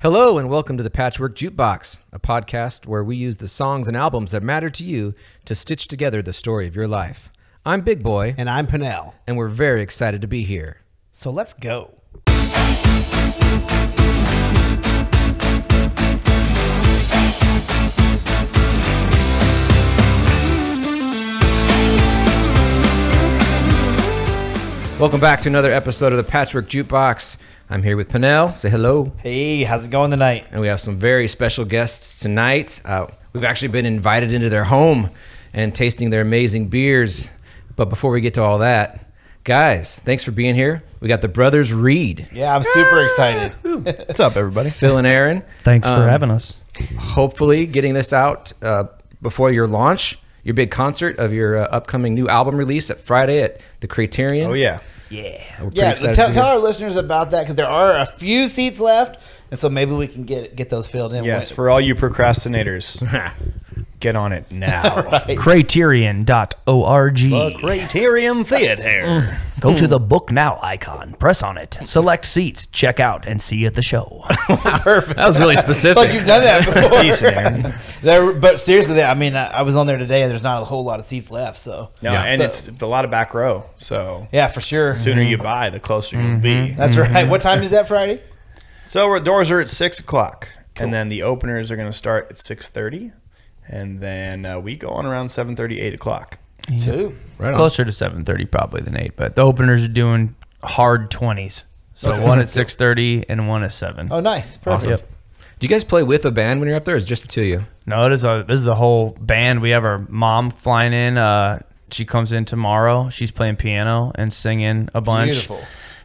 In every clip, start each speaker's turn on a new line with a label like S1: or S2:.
S1: Hello, and welcome to the Patchwork Jukebox, a podcast where we use the songs and albums that matter to you to stitch together the story of your life. I'm Big Boy,
S2: And I'm Pinnell.
S1: and we're very excited to be here.
S2: So let's go.
S1: Welcome back to another episode of the Patchwork Jukebox. I'm here with Pinnell. Say hello.
S2: Hey, how's it going tonight?
S1: And we have some very special guests tonight. Uh, we've actually been invited into their home and tasting their amazing beers. But before we get to all that, guys, thanks for being here. We got the brothers Reed,
S2: Yeah, I'm super excited. What's up, everybody?
S1: Phil and Aaron.
S3: Thanks
S1: Um,
S3: for having us.
S1: hopefully getting this out uh, before your launch, your big concert of your uh, upcoming new album release at Friday at the Criterion.
S4: Oh yeah,
S2: Yeah.
S1: We're pretty
S2: yeah,
S1: excited
S2: tell,
S1: to
S2: tell
S1: hear.
S2: our listeners about that because there are a few seats left. And so maybe we can get get those filled in.
S4: yes.
S2: Wait,
S4: For all you procrastinators, get on it now.
S3: Criterion.org.
S4: The Criterion
S5: Mm.
S4: Theater.
S3: Go to the book now icon, press on it, select seats, check out, and see you at the show.
S1: That was really
S2: But you've
S1: specific.
S2: done that before.
S4: Decent, Aaron.
S2: There, but seriously, I mean, I, I was on there today, and there's not a whole lot of seats left. So
S4: No,
S1: Yeah.
S4: and
S2: So-
S4: it's a lot of back row. So
S2: yeah, for sure.
S4: the
S5: Mm-hmm.
S4: sooner you buy, the closer you'll be.
S2: That's right. What time is that Friday?
S4: So our doors are at six o'clock, and then the openers are going to start at six thirty, and then uh, we go on around 7:30, 8 o'clock.
S2: Two.
S5: closer to 7:30 probably than 8 but the openers are doing hard 20s so one at 6:30 and one at 7
S2: Oh, nice. Perfect.
S5: Yep.
S1: Do you guys play with a band when you're up there? Or is it just the two of you?
S5: no it is a, this is the whole band we have our mom flying in uh she comes in tomorrow she's playing piano and singing a bunch
S2: Beautiful.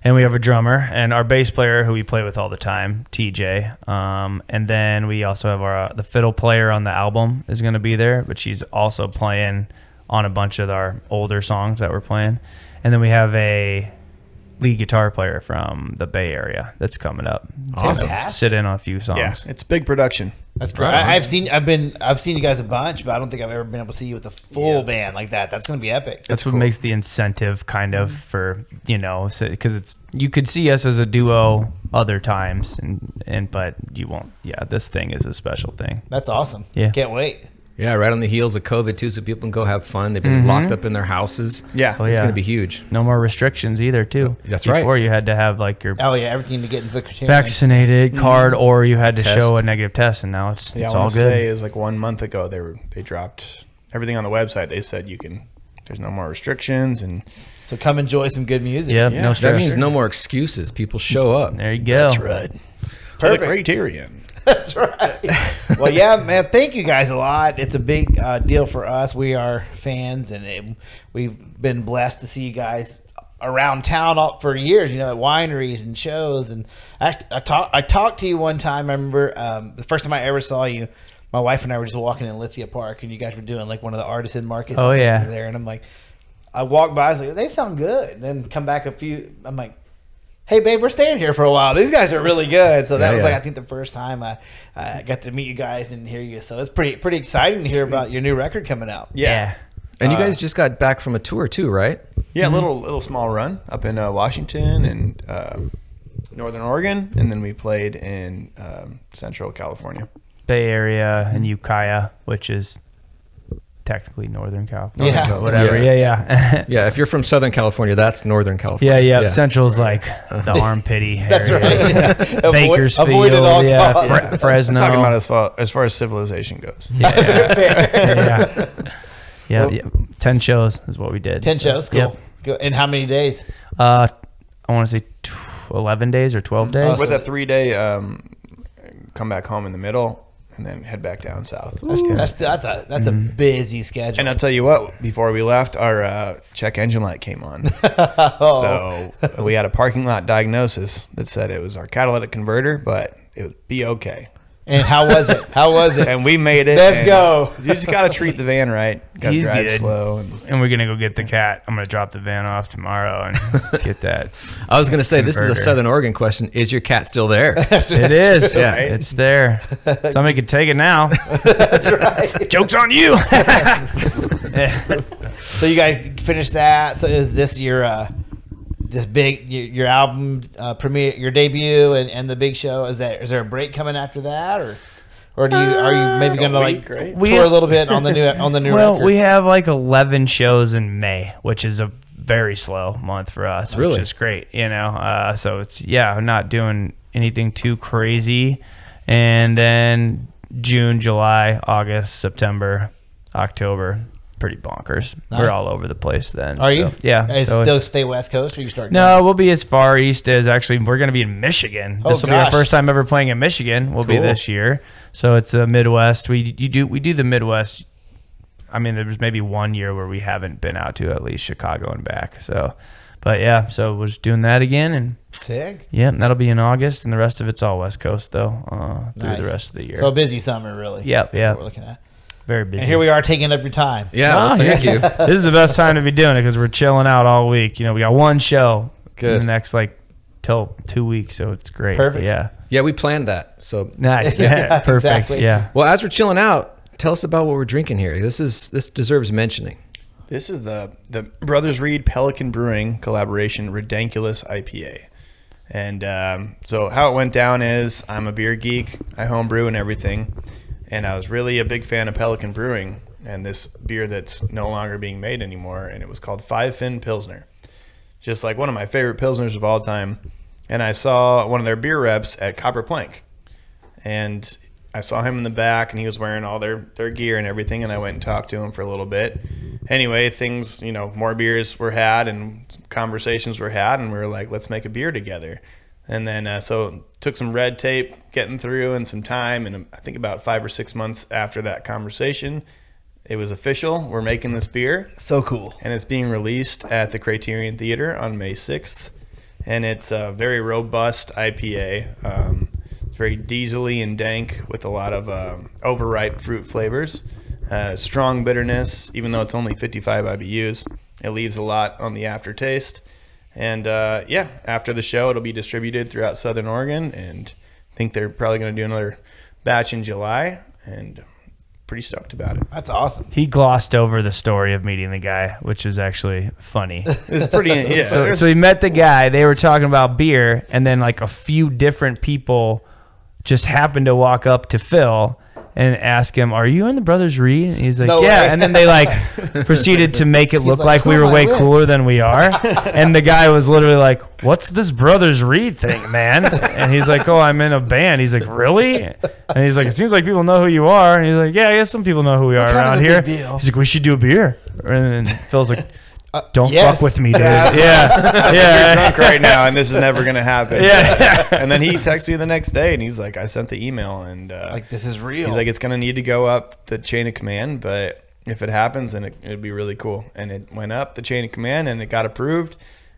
S5: and we have a drummer and our bass player who we play with all the time tj um, and then we also have our uh, the fiddle player on the album is going to be there but she's also playing on a bunch of our older songs that we're playing and then we have a lead guitar player from the bay area that's coming up to
S2: Awesome.
S5: sit in on a few songs
S4: Yeah, it's big production.
S2: That's great. I, I've seen, I've been, I've seen you guys a bunch, but I don't think I've ever been able to see you with a full band like that. That's gonna be epic.
S5: That's what makes the incentive kind of for you know because it's you could see us as a duo other times and and but you won't yeah this thing is a special thing
S2: That's awesome.
S5: Yeah.
S2: Can't wait.
S1: Yeah, right on the heels of COVID too, so people can go have fun. They've been locked up in their houses.
S4: Yeah. Oh,
S1: it's
S5: yeah.
S1: going to be huge.
S5: no more restrictions either too
S1: That's
S5: before
S1: right.
S5: you had to have like your
S2: Oh yeah, everything to get into the criterion.
S5: vaccinated card or you had to
S1: Test.
S5: show a negative test and now it's
S4: Yeah,
S5: it's
S4: I
S5: all
S4: want to say
S5: good
S4: is like one month ago they were they dropped everything on the website. They said you can. There's no more restrictions, and
S2: So come enjoy some good music.
S5: yep,
S4: Yeah.
S5: no
S4: That
S5: stress
S1: That means no more excuses. People show up.
S5: there you go that's right
S4: the
S2: Perfect.
S4: Criterion.
S2: That's right. well, yeah, man. Thank you guys a lot. It's a big uh, deal for us. We are fans, and it, we've been blessed to see you guys around town all, for years. You know, at wineries and shows. And I, I talked, I talked to you one time. I remember um, the first time I ever saw you. My wife and I were just walking in Lithia Park, and you guys were doing like one of the artisan markets.
S5: Oh, yeah.
S2: there, and I'm like, I walked by, I was like, they sound good. Then come back a few, I'm like, hey babe, we're staying here for a while. These guys are really good. So that was
S1: yeah.
S2: like I think the first time I uh, got to meet you guys and hear you. So it's pretty pretty exciting to hear about your new record coming out.
S5: yeah
S1: And you guys just got back from a tour too, right?
S4: Yeah, a little little small run up in uh, Washington and uh, Northern Oregon, and then we played in um, Central California.
S5: Bay Area and Ukiah which is technically Northern California
S2: Yeah.
S4: Oh,
S5: but whatever
S1: Yeah.
S5: yeah, yeah.
S1: Yeah, if you're from Southern California, that's Northern California.
S5: Yeah, yeah. Central's like the armpity
S2: That's
S5: area.
S2: right. Yeah.
S5: Bakersfield,
S2: avoid at all
S5: yeah,
S2: costs.
S5: Fre- Fresno.
S4: Talking about as far as far as civilization goes.
S5: yeah. Yeah, yeah. ten shows is what we did.
S2: Ten
S5: So,
S2: shows, cool.
S5: yep.
S2: Go- In how many days?
S5: Uh, I want to say tw- eleven days or twelve days.
S4: With a three day um, come back home in the middle, and then head back down south.
S2: That's that's a that's a busy schedule.
S4: And I'll tell you what, before we left, our uh, check engine light came on.
S2: Oh.
S4: So we had a parking lot diagnosis that said it was our catalytic converter, but it would be okay.
S2: and how was it? How was it?
S4: And we made it.
S2: Let's
S4: and
S2: go.
S4: You just got to treat the van right. Got to
S5: He's
S4: drive
S5: good.
S4: slow. And
S5: and we're gonna go get the cat. I'm gonna drop the van off tomorrow and get that.
S1: I was going to say this is a
S5: Converter.
S1: Southern Oregon question. Is your cat still there?
S5: It is.
S1: Yeah.
S5: It's there. Somebody could take it now. That's right. Joke's on you.
S2: so you guys finished that. So is this your uh, this big your, your album uh, premiere, your debut, and, and the big show? Is that is there a break coming after that, or or do you are you maybe going to like
S4: week, right?
S5: We-
S2: tour a little bit on the new on the new
S5: well,
S2: record?
S5: we have like 11 shows in May, which is a very slow month for us,
S1: Really?
S5: which is great, you know. Uh, so it's yeah, I'm not doing anything too crazy, and then June, July, August, September, October, pretty bonkers. We're
S2: Nice.
S5: all over the place then.
S2: are
S5: so-
S2: you?
S5: Yeah.
S2: Is
S5: so
S2: it still stay West Coast, or you start?
S5: no, we'll be as far east as actually. We're going to be in Michigan.
S2: Oh,
S5: this will be our
S2: gosh.
S5: first time ever playing in Michigan. We'll be
S1: Cool.
S5: this year. So it's the Midwest. We you do we do the Midwest. I mean, there's maybe one year where we haven't been out to at least Chicago and back. So, but yeah, so we're just doing that again, and
S2: sick?
S5: yeah, that'll be in August, and the rest of it's all West Coast though uh, through
S2: Nice.
S5: the rest of the year.
S2: So a busy summer, really.
S5: yep,
S2: what
S5: yeah,
S2: We're looking at.
S5: very busy.
S2: And here we are taking up your time.
S1: Yeah, well,
S5: Oh,
S1: thank you.
S5: this is the best time to be doing it because we're chilling out all week. You know, we got one show in
S1: Good.
S5: the next like till two weeks, so it's great.
S2: Perfect.
S5: Yeah.
S1: Yeah, we planned that. So,
S5: Nice.
S2: Yeah,
S5: Perfect.
S2: exactly.
S5: Yeah.
S1: well, as we're chilling out, tell us about what we're drinking here. This is this deserves mentioning.
S4: This is the the Brothers Reed Pelican Brewing collaboration Ridiculous IPA. And um, so how it went down is I'm a beer geek. I homebrew and everything. And I was really a big fan of Pelican Brewing and this beer that's no longer being made anymore. And it was called Five Fin Pilsner. Just like one of my favorite Pilsners of all time. And I saw one of their beer reps at Copper Plank and I saw him in the back, and he was wearing all their their gear and everything. And I went and talked to him for a little bit. Anyway, things you know, more beers were had, and some conversations were had, and we were like, let's make a beer together. And then uh, so took some red tape getting through and some time, and um, I think about five or six months after that conversation, it was official. We're making this beer
S2: So cool.
S4: and it's being released at the Criterion Theater on May 6th. And it's a very robust IPA. Um, it's very diesely and dank with a lot of um, overripe fruit flavors, uh, strong bitterness, even though it's only 55 IBUs. It leaves a lot on the aftertaste. And uh, yeah, after the show, it'll be distributed throughout Southern Oregon. And I think they're probably going to do another batch in July. And pretty stoked about it.
S2: That's awesome.
S5: He glossed over the story of meeting the guy, which is actually funny.
S4: It's pretty. yeah,
S5: so, so he met the guy. They were talking about beer, and then like a few different people just happened to walk up to Phil and ask him, "Are you in the Brothers Reed?" And he's like,
S2: No
S5: "Yeah."
S2: way.
S5: And then they like proceeded to make it look
S2: like,
S5: like, we
S2: "Who
S5: were
S2: am I
S5: way
S2: with?"
S5: cooler than we are. and the guy was literally like, "What's this Brothers Reed thing, man?" And he's like, "Oh, I'm in a band." He's like, "Really?" And he's like, "It seems like people know who you are." And he's like, "Yeah, I guess some people know who we are
S2: kind of
S5: around
S2: the
S5: here."
S2: big deal? Uh,
S5: He's like, "We should do a beer." And then Phil's like. Don't
S2: yes.
S5: fuck with me, dude.
S2: Yeah.
S5: Yeah,
S4: you're
S5: yeah,
S4: drunk right now and this is never gonna happen.
S5: Yeah.
S4: and then he texts me the next day and he's like, I sent the email and uh,
S2: Like this is real.
S4: he's like, it's gonna need to go up the chain of command, but if it happens, then it, it'd be really cool. And it went up the chain of command and it got approved.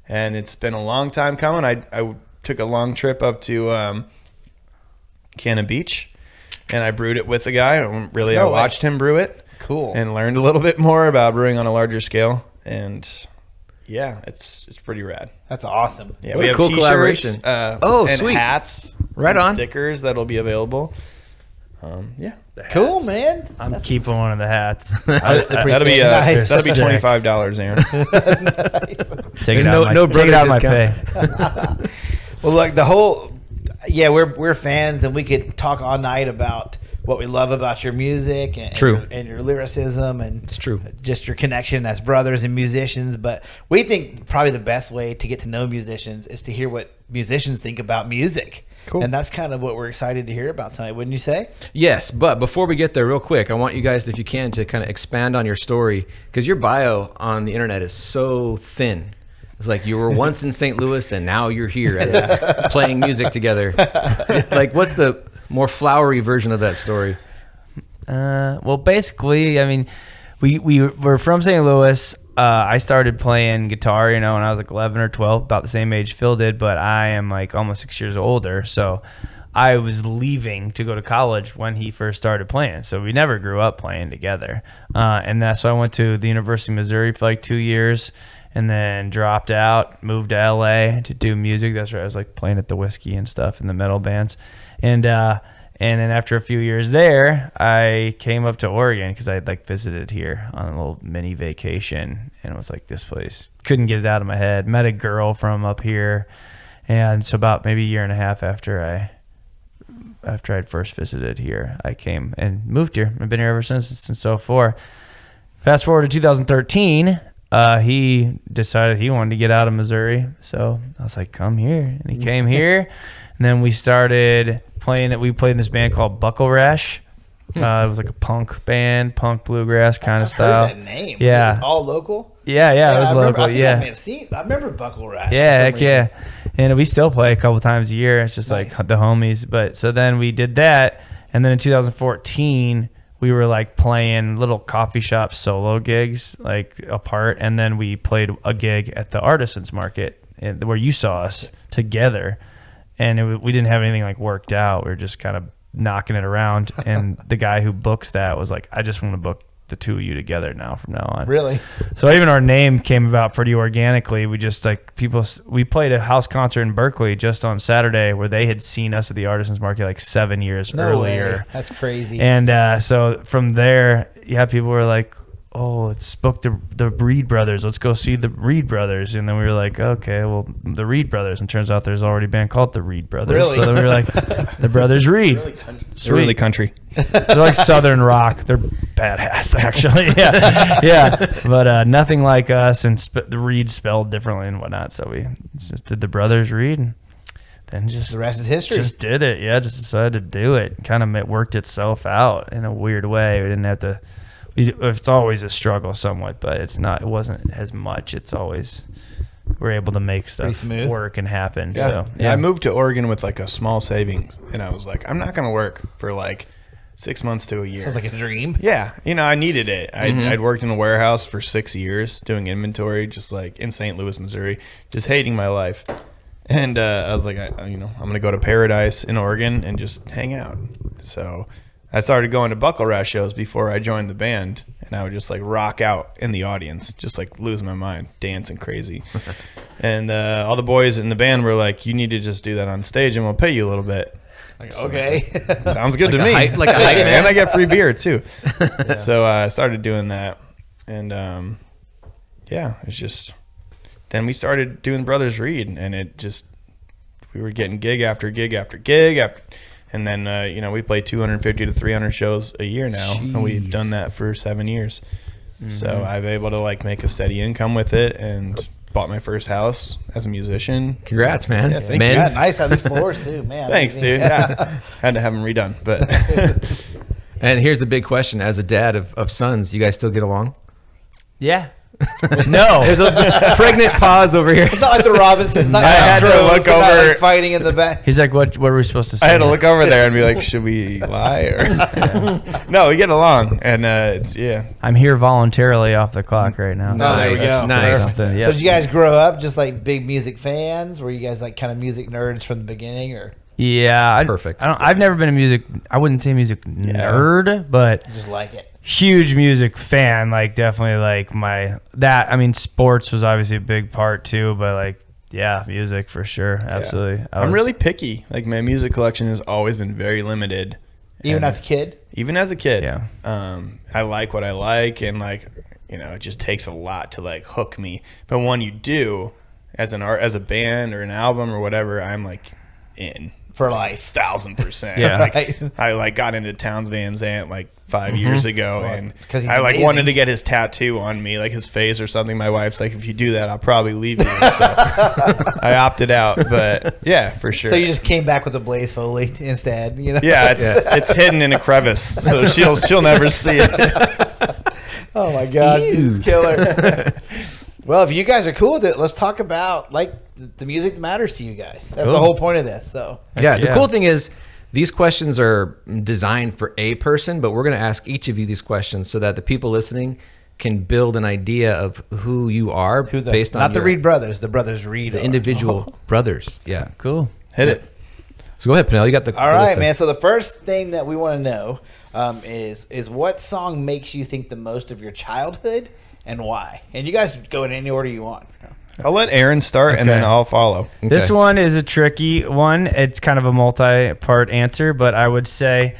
S4: And it's been a long time coming. I I took a long trip up to um, Canna Beach. And I brewed it with the guy. Really,
S2: No
S4: I
S2: way.
S4: watched him brew it
S2: cool.
S4: and learned a little bit more about brewing on a larger scale. And yeah, it's it's pretty rad.
S2: That's awesome.
S4: Yeah,
S1: What
S4: we
S1: a
S4: have
S1: cool
S4: t-shirts,
S1: collaboration.
S4: Uh,
S1: Oh,
S4: and
S1: sweet.
S4: Hats,
S1: Right
S4: and
S1: on.
S4: Stickers that'll be available. Um, yeah,
S2: Cool, man.
S5: I'm keeping one of the hats.
S4: that'll be uh,
S2: nice.
S4: that'll be
S5: Sick.
S4: twenty five dollars, Aaron.
S5: take
S1: There's
S5: it out
S1: no-
S5: of my,
S1: no
S5: take it out of my pay.
S1: brother
S2: Well, look, the whole yeah, we're we're fans, and we could talk all night about what we love about your music and
S1: True.
S2: and your, and your lyricism and it's
S1: true.
S2: just your connection as brothers and musicians. But we think probably the best way to get to know musicians is to hear what musicians think about music.
S4: Cool.
S2: And that's kind of what we're excited to hear about tonight, wouldn't you say?
S1: Yes, but before we get there, real quick, I want you guys, if you can, to kind of expand on your story because your bio on the internet is so thin. It's like you were once in St. Louis and now you're here as a, playing music together. like, what's the more flowery version of that story?
S5: Uh, well, basically, I mean, we we were from St. Louis. Uh, I started playing guitar, you know, when I was like 11 or 12, about the same age Phil did, but I am like almost six years older. So I was leaving to go to college when he first started playing. So we never grew up playing together. Uh, and that's why I went to the University of Missouri for like two years and then dropped out, moved to LA to do music. That's where I was like playing at the whiskey and stuff in the metal bands. And, uh, And then after a few years there, I came up to Oregon because I had like visited here on a little mini vacation and it was like, this place couldn't get it out of my head. Met a girl from up here. And so about maybe a year and a half after I after I'd first visited here, I came and moved here. I've been here ever since since so far. Fast forward to 2013, uh, he decided he wanted to get out of Missouri, so I was like, "Come here," and he came here, and then we started playing it. We played in this band called Buckle Rash. Uh, it was like a punk band, punk bluegrass kind of
S2: I've heard
S5: style.
S2: that name. Was
S5: Yeah.
S2: it all local.
S5: Yeah, yeah, it was
S2: I remember,
S5: local.
S2: I think
S5: yeah,
S2: I may have seen. I remember Buckle Rash. for
S5: yeah,
S2: some
S5: heck
S2: reason.
S5: yeah. And we still play a couple times a year. It's just like the homies. But so then we did that, and then in 2014 we were like playing little coffee shop solo gigs like apart, and then we played a gig at the artisans market and where you saw us together, and it, wa- we didn't have anything like worked out. We were just kind of knocking it around, and the guy who books that was like, "I just want to book." The two of you together now from now on.
S2: Really?
S5: So even our name came about pretty organically. We just like people. We played a house concert in Berkeley just on Saturday where they had seen us at the Artisans Market like seven years
S2: No way.
S5: earlier.
S2: That's crazy.
S5: And uh, so from there, yeah, people were like, "Oh, let's book the the Reed Brothers. Let's go see the Reed Brothers." And then we were like, "Okay, well, the Reed Brothers." And turns out there's already a band called the Reed Brothers.
S2: Really?
S5: So then we were like, "The Brothers Reed."
S4: It's really country.
S5: They're like Southern rock. They're badass, actually. Yeah, yeah. But uh, nothing like us, and sp- the Reed spelled differently and whatnot. So we just did the brothers Reed, and then just
S2: the rest is history.
S5: just did it. Yeah, just decided to do it. Kind of it worked itself out in a weird way. We didn't have to. We, it's always a struggle, somewhat, but it's not. It wasn't as much. It's always we're able to make stuff
S2: smooth.
S5: work and happen.
S4: Yeah.
S5: So
S4: Yeah, I moved to Oregon with like a small savings, and I was like, I'm not going to work for like six months to a year.
S2: Sounds like a dream.
S4: yeah, you know, I needed it. I'd, I'd worked in a warehouse for six years doing inventory, just like in St. Louis, Missouri, just hating my life. And uh, I was like, I, you know, I'm going to go to paradise in Oregon and just hang out. So I started going to buckle rash shows before I joined the band, and I would just like rock out in the audience, just like lose my mind, dancing crazy. and uh, all the boys in the band were like, you need to just do that on stage, and we'll pay you a little bit.
S2: Okay.
S4: Sounds good to
S1: a
S4: me.
S1: hype- like a hype man.
S4: and I get free beer too. So uh, I started doing that, and um, yeah, it's just. Then we started doing Brothers Read, and it just we were getting gig after gig after gig after, and then uh, you know we play 250 to 300 shows a year now, and we've done that for seven years. So I've able to like make a steady income with it, and bought my first house as a musician.
S1: Congrats, man.
S4: Yeah, thank
S1: Men.
S2: Yeah, nice on these floors too, man.
S4: Thanks, dude. Yeah, had to have them redone, but.
S1: And here's the big question: As a dad of, of sons, you guys still get along?
S5: yeah. no,
S1: There's a pregnant pause over here.
S2: It's not like the Robinsons. Not
S4: I had to
S2: Crows,
S4: look
S2: they're not,
S4: over-
S2: like, fighting in the back.
S5: He's like, what? What were we supposed to say?
S4: I had to look over there and be like, should we lie or? no, we get along, and uh, it's yeah.
S5: I'm here voluntarily off the clock right now.
S2: No, there we
S5: that's-
S2: go.
S5: that's
S1: Nice.
S5: something,
S2: So
S5: yep.
S2: did you guys grow up just like big music fans? Were you guys like kind of music nerds from the beginning, or
S5: yeah. I,
S1: Perfect.
S5: I don't, I've never been a music. I wouldn't say music nerd, but
S2: just like it?
S5: huge music fan. Like definitely like my that. I mean, sports was obviously a big part too, but like yeah, music for sure. Absolutely. I
S4: I'm
S5: was-
S4: really picky. Like my music collection has always been very limited,
S2: Even
S4: And-
S2: as a kid,
S4: even as a kid.
S5: Yeah.
S4: Um, I like what I like, and like, you know, it just takes a lot to like hook me. But when you do, as an art, as a band or an album or whatever, I'm like in
S2: for life.
S4: thousand percent.
S5: Yeah.
S4: Like,
S2: Right.
S4: I like got into Towns Van Zant like 5 years ago, and
S2: 'cause he's
S4: I like
S2: amazing.
S4: wanted to get his tattoo on me, like his face or something. My wife's like, if you do that, I'll probably leave you. So I opted out, but yeah, for sure.
S2: So you just came back with a Blaze Foley instead, you know?
S4: yeah, it's it's hidden in a crevice, so she'll she'll never see it.
S2: Oh my god, it's killer. well, if you guys are cool with it, let's talk about like th- the music that matters to you guys. That's the
S5: Cool.
S2: whole point of this. So
S1: Yeah, the
S5: yeah.
S1: cool thing is these questions are designed for a person, but we're going to ask each of you these questions so that the people listening can build an idea of who you are
S2: who the
S1: based on
S2: not Oh. the
S1: your-
S2: Reed brothers, the brothers Reed
S1: the individual brothers. Yeah.
S5: cool.
S4: Hit it.
S1: So go ahead, Pernell. You got the
S2: All
S1: the
S2: right,
S1: list there.
S2: man. So the first thing that we want to know um, is is what song makes you think the most of your childhood and why? And you guys go in any order you want.
S4: I'll let Aaron start and then
S5: Okay.
S4: I'll follow.
S5: This
S1: Okay.
S5: one is a tricky one. It's kind of a multi-part answer, but I would say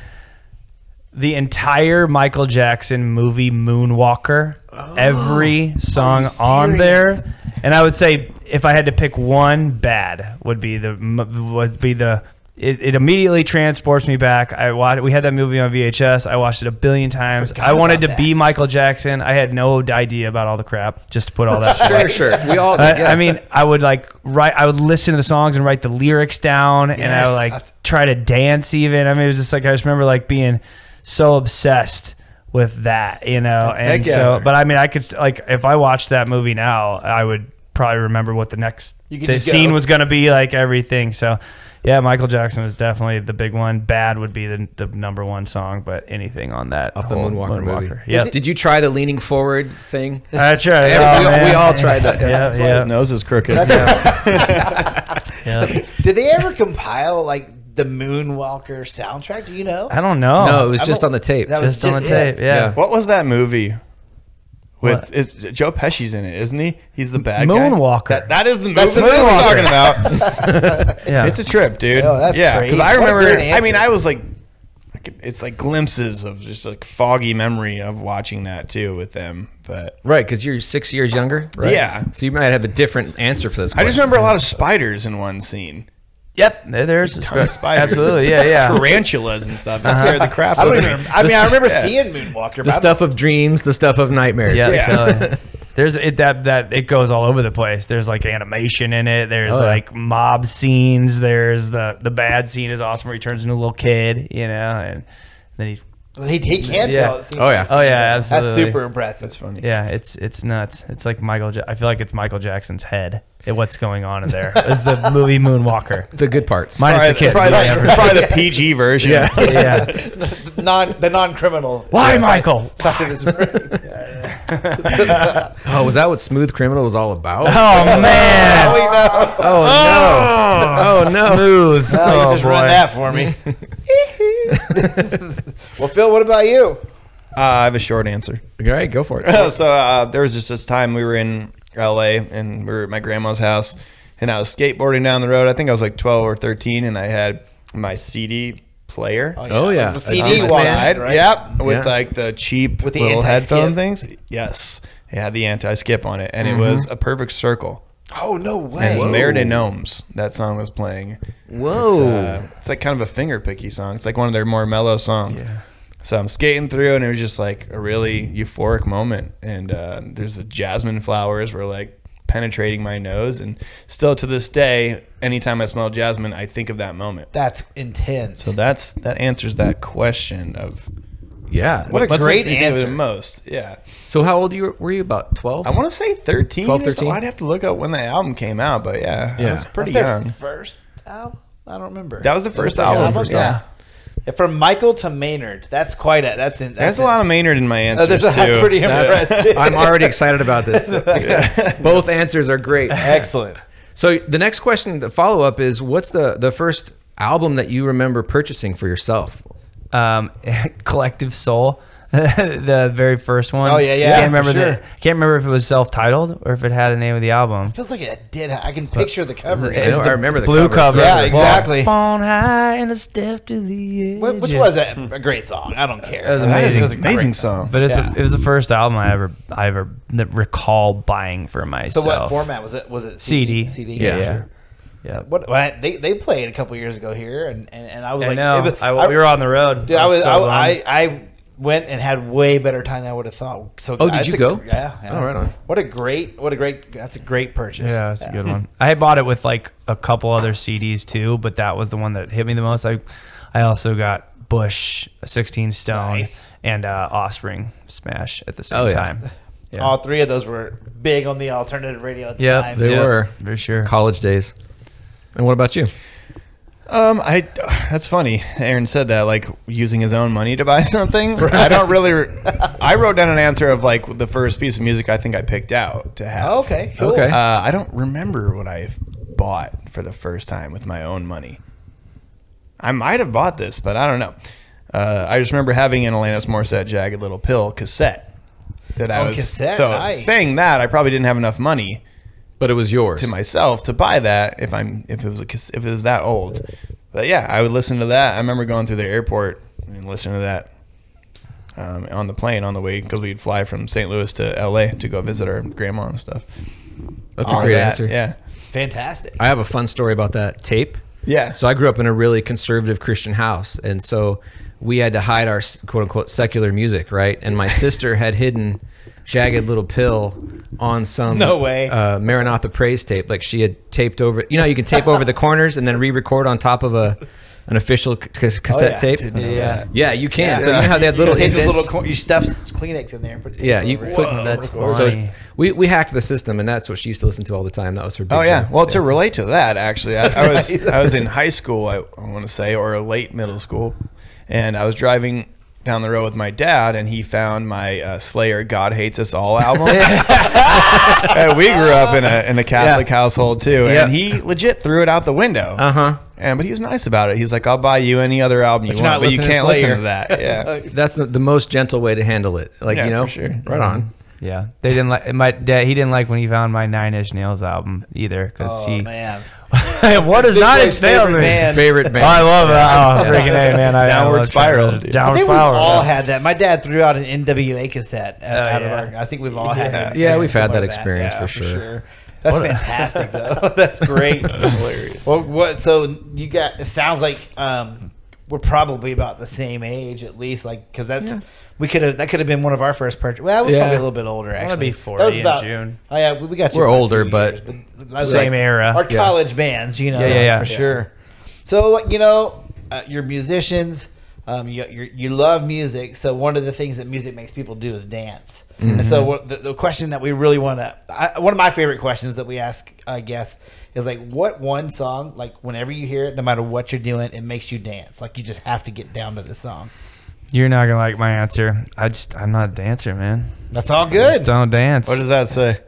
S5: the entire Michael Jackson movie Moonwalker, every song on there, and I would say if I had to pick one, bad would be the m- would be the. It, it immediately transports me back. I watched. We had that movie on VHS. I watched it a billion times. I wanted to be Michael Jackson. I had no idea about all the crap. Just to put all that.
S1: Sure, sure. We all.
S5: I,
S1: yeah.
S5: I mean, I would like write. I would listen to the songs and write the lyrics down, and I would like try to dance. Even I mean, it was just like I just remember like being so obsessed with that, you know. and
S1: heck yeah.
S5: so, but I mean, I could st- like if I watched that movie now, I would probably remember what the next
S2: could
S5: the
S2: just go.
S5: scene was going to be, like everything. So. Yeah, Michael Jackson was definitely the big one. Bad would be the, the number one song, but anything on that
S1: off the
S5: whole
S1: Moonwalker, movie.
S5: Yeah,
S1: Did you try the leaning forward thing?
S5: I tried.
S1: Every- we-
S5: Oh,
S1: we
S5: man.
S1: all tried that.
S5: Yeah,
S4: His
S5: yeah,
S4: nose is crooked.
S5: yeah.
S2: Did they ever compile like the Moonwalker soundtrack? Do you know?
S5: I don't know.
S1: no, it was
S2: I'm
S1: just
S2: a-
S1: on the tape.
S2: that was-
S5: just, on the
S2: just it.
S5: tape. Yeah.
S4: what was that movie? With
S5: What?
S4: it's Joe Pesci's in it, isn't he? He's the bad
S5: Moonwalker.
S4: guy. That, that is the movie
S5: That's
S4: we're
S5: Moonwalker.
S4: talking about.
S5: Yeah.
S4: It's a trip, dude.
S2: Oh, that's
S4: yeah,
S2: great.
S4: because I
S2: What a
S4: remember.
S2: good
S4: I mean,
S2: answer.
S4: I was like, I could- it's like glimpses of just like foggy memory of watching that too with them. But
S1: right, because you're six years younger. Right?
S4: Yeah.
S1: So you might have a different answer for this.
S4: I just
S1: question.
S4: remember a lot of spiders in one scene,
S5: yep. There, there's
S4: ton of spiders.
S5: Absolutely. Yeah. Uh-huh. Yeah.
S4: tarantulas and stuff. That scared the crap
S2: I,
S4: out
S2: don't
S4: of
S2: even,
S4: me.
S2: I mean, I remember
S4: yeah.
S2: seeing Moonwalker.
S1: the
S2: but I
S1: stuff of dreams, the stuff of nightmares. uh,
S5: Yeah.
S4: Yeah.
S5: totally. There's it that that it goes all over the place. There's like animation in it. There's
S1: Oh, yeah.
S5: like mob scenes. There's the the bad scene is awesome where he turns into a little kid, you know, and then he.
S2: don't- He, he can
S5: Yeah.
S2: tell. It seems
S1: Oh, yeah.
S2: like-
S5: Oh yeah,
S2: That's
S5: absolutely.
S2: super impressive.
S4: That's funny.
S5: Yeah, it's it's nuts. It's like Michael. Ja- I feel like it's Michael Jackson's head. And what's going on in there? It's the movie Moonwalker.
S1: The good parts.
S5: Minus
S4: Probably,
S5: the kid.
S4: probably,
S5: Yeah,
S4: the, probably the PG version. Uh, Yeah.
S5: yeah.
S2: non the non criminal.
S5: Why, Michael?
S1: oh, was that what Smooth Criminal was all about? Oh,
S5: Oh man.
S1: no.
S5: Oh, no. Smooth.
S2: Oh, you
S5: Oh,
S2: just
S5: boy.
S2: run that for me. well, Phil, what about you?
S5: Oh,
S4: Uh, I have a short answer.
S1: All right, go for it.
S4: so uh, there was just this time we were in LA and we were at my grandma's house and I was skateboarding down the road. I think I was like 12 or 13 and I had my CD player.
S1: Oh yeah.
S2: The
S1: Uh,
S4: on
S2: CD
S4: the
S2: one,
S4: side.
S2: right?
S4: Yep. With
S1: Yeah.
S4: like the cheap
S2: With the
S4: little
S2: anti-skip.
S4: headphone things. Yes. It had the anti skip on it and
S2: Mm-hmm.
S4: it was a perfect circle.
S2: Oh no way!
S4: And
S1: Whoa.
S4: Verde Gnomes, that song was playing. It's,
S1: Whoa.
S4: uh, it's like kind of a finger picky song. It's like one of their more mellow songs. So I'm skating through, and it was just like a really euphoric moment. And uh, there's the jasmine flowers were like penetrating my nose, and still to this day, anytime I smell jasmine, I think of that moment.
S2: That's intense.
S4: So that's that answers that question of
S1: yeah.
S2: What a
S4: what's
S2: great
S4: making you think of it
S2: answer.
S4: the most. Yeah,
S1: so how old you were, were you? About twelve.
S4: I want to say 13.
S1: 12,
S4: 12, 13.
S1: 13?
S4: I'd have to look up when the album came out, but yeah,
S1: Yeah.
S4: I was pretty
S2: That's their
S4: young.
S2: first album. I don't remember.
S4: That was the first
S2: their
S4: album. yeah.
S2: Yeah, From Michael to Maynard. That's quite a. That's in,
S4: There's
S2: that's
S4: a
S2: in-
S4: lot of Maynard in my answers.
S2: there's a- that's
S4: too.
S2: pretty
S1: That's-
S2: impressive.
S1: I'm already excited about this. Both answers are great.
S2: Excellent.
S1: So the next question, the follow up is, what's the the first album that you remember purchasing for yourself?
S5: um, Collective Soul, the very first one.
S2: Oh, yeah, yeah,
S5: I can't
S2: for
S5: remember
S2: sure.
S5: the, I can't remember if it was self-titled or if it had a name of the album.
S2: Feels like it did. I can picture the cover.
S1: I, know, I remember the
S5: Blue cover.
S2: Yeah, exactly.
S5: Born high and a step to the edge.
S2: Which was a, a great song. I don't care.
S5: That was
S4: That is
S5: amazing.
S4: an
S2: It was a great
S4: amazing
S2: song.
S4: song.
S5: But it's
S2: Yeah.
S5: the, it was the first album I ever I ever that recall buying for
S2: So
S5: myself.
S2: what format was it? Was it
S5: CD?
S2: CD.
S1: Yeah.
S5: yeah.
S1: Sure.
S5: Yeah.
S2: What, what they they played a couple years ago here, and and, and I was
S5: I
S2: like,
S5: know.
S2: it was-
S5: I, we were on the road.
S2: Dude, I was,
S5: so
S2: I,
S5: bummed.
S2: I, I went and had way better time than I would have thought. So
S1: Oh, did
S2: that's
S1: you
S2: a-
S1: go?
S2: Yeah. yeah.
S1: Oh, right on.
S2: What a great, what a great. That's a great purchase.
S5: Yeah, that's a good one. I had bought it with like a couple other CDs too, but that was the one that hit me the most. I, I also got Bush, 16 Stone,
S2: Nice.
S5: and uh, Offspring Smash at the same
S1: Oh, yeah.
S5: time. Yeah,
S2: All three of those were big on the alternative radio at the
S5: Yep,
S2: time.
S1: They
S5: Yeah.
S1: were
S5: for sure.
S1: college days. And what about you?
S4: Um, I that's funny. Aaron said that like using his own money to buy something. I don't really. I wrote down an answer of like the first piece of music I think I picked out to have.
S2: Oh, Okay. Cool.
S1: Okay.
S4: Uh, I don't remember what I bought for the first time with my own money. I might have bought this, but I don't know. Uh, I just remember having an Alanis Morissette "Jagged Little Pill" cassette that I
S2: Oh,
S4: was
S2: cassette,
S4: so
S2: nice.
S4: saying that I probably didn't have enough money
S1: But it was yours.
S4: to myself to buy that if I'm if it was a, cas- if it was that old. But yeah, I would listen to that. I remember going through the airport and listening to that um, on the plane on the way because we'd fly from St. Louis to L.A. to go visit our grandma and stuff.
S1: That's a
S4: All
S1: great
S4: that,
S1: answer.
S4: Yeah,
S2: Fantastic.
S1: I have a fun story about that tape.
S4: yeah.
S1: So I grew up in a really conservative Christian house, and so we had to hide our quote unquote secular music, right? And my sister had hidden "Jagged Little Pill" on some
S2: No way.
S1: uh, Maranatha praise tape. Like she had taped over, you know, you can tape over the corners and then re-record on top of a an official c- c- cassette
S2: yeah.
S1: tape.
S4: Didn't know
S2: Yeah.
S4: that.
S1: Yeah, you can. So you
S4: Yeah.
S1: know how they had little
S2: you, take those
S1: indents?
S2: little cor- you stuff Kleenex in there. And put
S1: yeah, you
S2: over it.
S1: put
S5: that's
S1: so
S5: funny.
S1: we, we hacked the system, and that's what she used to listen to all the time. That was her. Big
S4: Oh yeah.
S1: jam.
S4: Well, to relate to that, actually, I, I was I was in high school, I, I want to say, or late middle school, and I was driving down the road with my dad, and he found my uh, Slayer "God Hates Us All" album. and we grew up in a in a Catholic household too,
S1: Yeah.
S4: and he legit threw it out the window.
S1: uh huh.
S4: And but he was nice about it. He's like, "I'll buy you any other album you
S2: Uh-huh. you're
S4: want,
S2: not
S4: but you
S2: listening to
S4: can't listen
S2: Slayer."
S4: to that." Yeah.
S1: That's the, the most gentle way to handle it. Like
S4: Yeah,
S1: you know,
S4: for sure.
S1: right on.
S5: Yeah, they didn't like my dad. He didn't like when he found my Nine Inch Nails album either because
S2: Oh,
S5: he
S2: man.
S5: what is
S2: Big
S5: Nine
S2: Boy's
S5: Inch Nails
S2: favorite
S5: mean?
S2: band. And-
S1: Favorite band.
S5: I love that. Oh,
S1: Yeah.
S5: freaking A, man. I,
S4: Downward
S5: I love
S4: spiral,
S5: Trent.
S4: dude.
S5: Downward
S2: I think we've
S5: spiral.
S2: all
S5: yeah.
S2: had that. My dad threw out an NWA cassette uh, out
S5: Oh, yeah.
S2: of our. I think we've all had. that
S1: Yeah, we've had
S2: experience,
S1: that
S2: somewhere of
S1: experience for sure.
S2: That's fantastic, though. That's great. hilarious. Well, what? So you got? It sounds like um, we're probably about the same age, at least. Like, because that's we could have that could have been one of our first purchases. Well, we're
S1: Yeah.
S2: probably a little bit older. Actually,
S5: wanna be
S2: That was
S5: 40 in June.
S2: Oh yeah, we we got. You
S1: We're
S2: by a few
S1: older, but
S2: that was
S5: same era.
S2: Our
S1: Yeah.
S2: college bands, you know.
S5: Yeah, yeah, yeah.
S2: for
S5: Yeah.
S2: sure. So, like, you know, uh, you're musicians. Um, you, you you love music, so one of the things that music makes people do is dance. And so, what- the, the question that we really want to, one of my favorite questions that we ask uh, guests is like, what one song, like, whenever you hear it, no matter what you're doing, it makes you dance. Like, you just have to get down to the song.
S5: You're not gonna like my answer. I just I'm not a dancer, man.
S2: That's all
S5: I just
S2: good.
S5: don't dance.
S4: What does that say?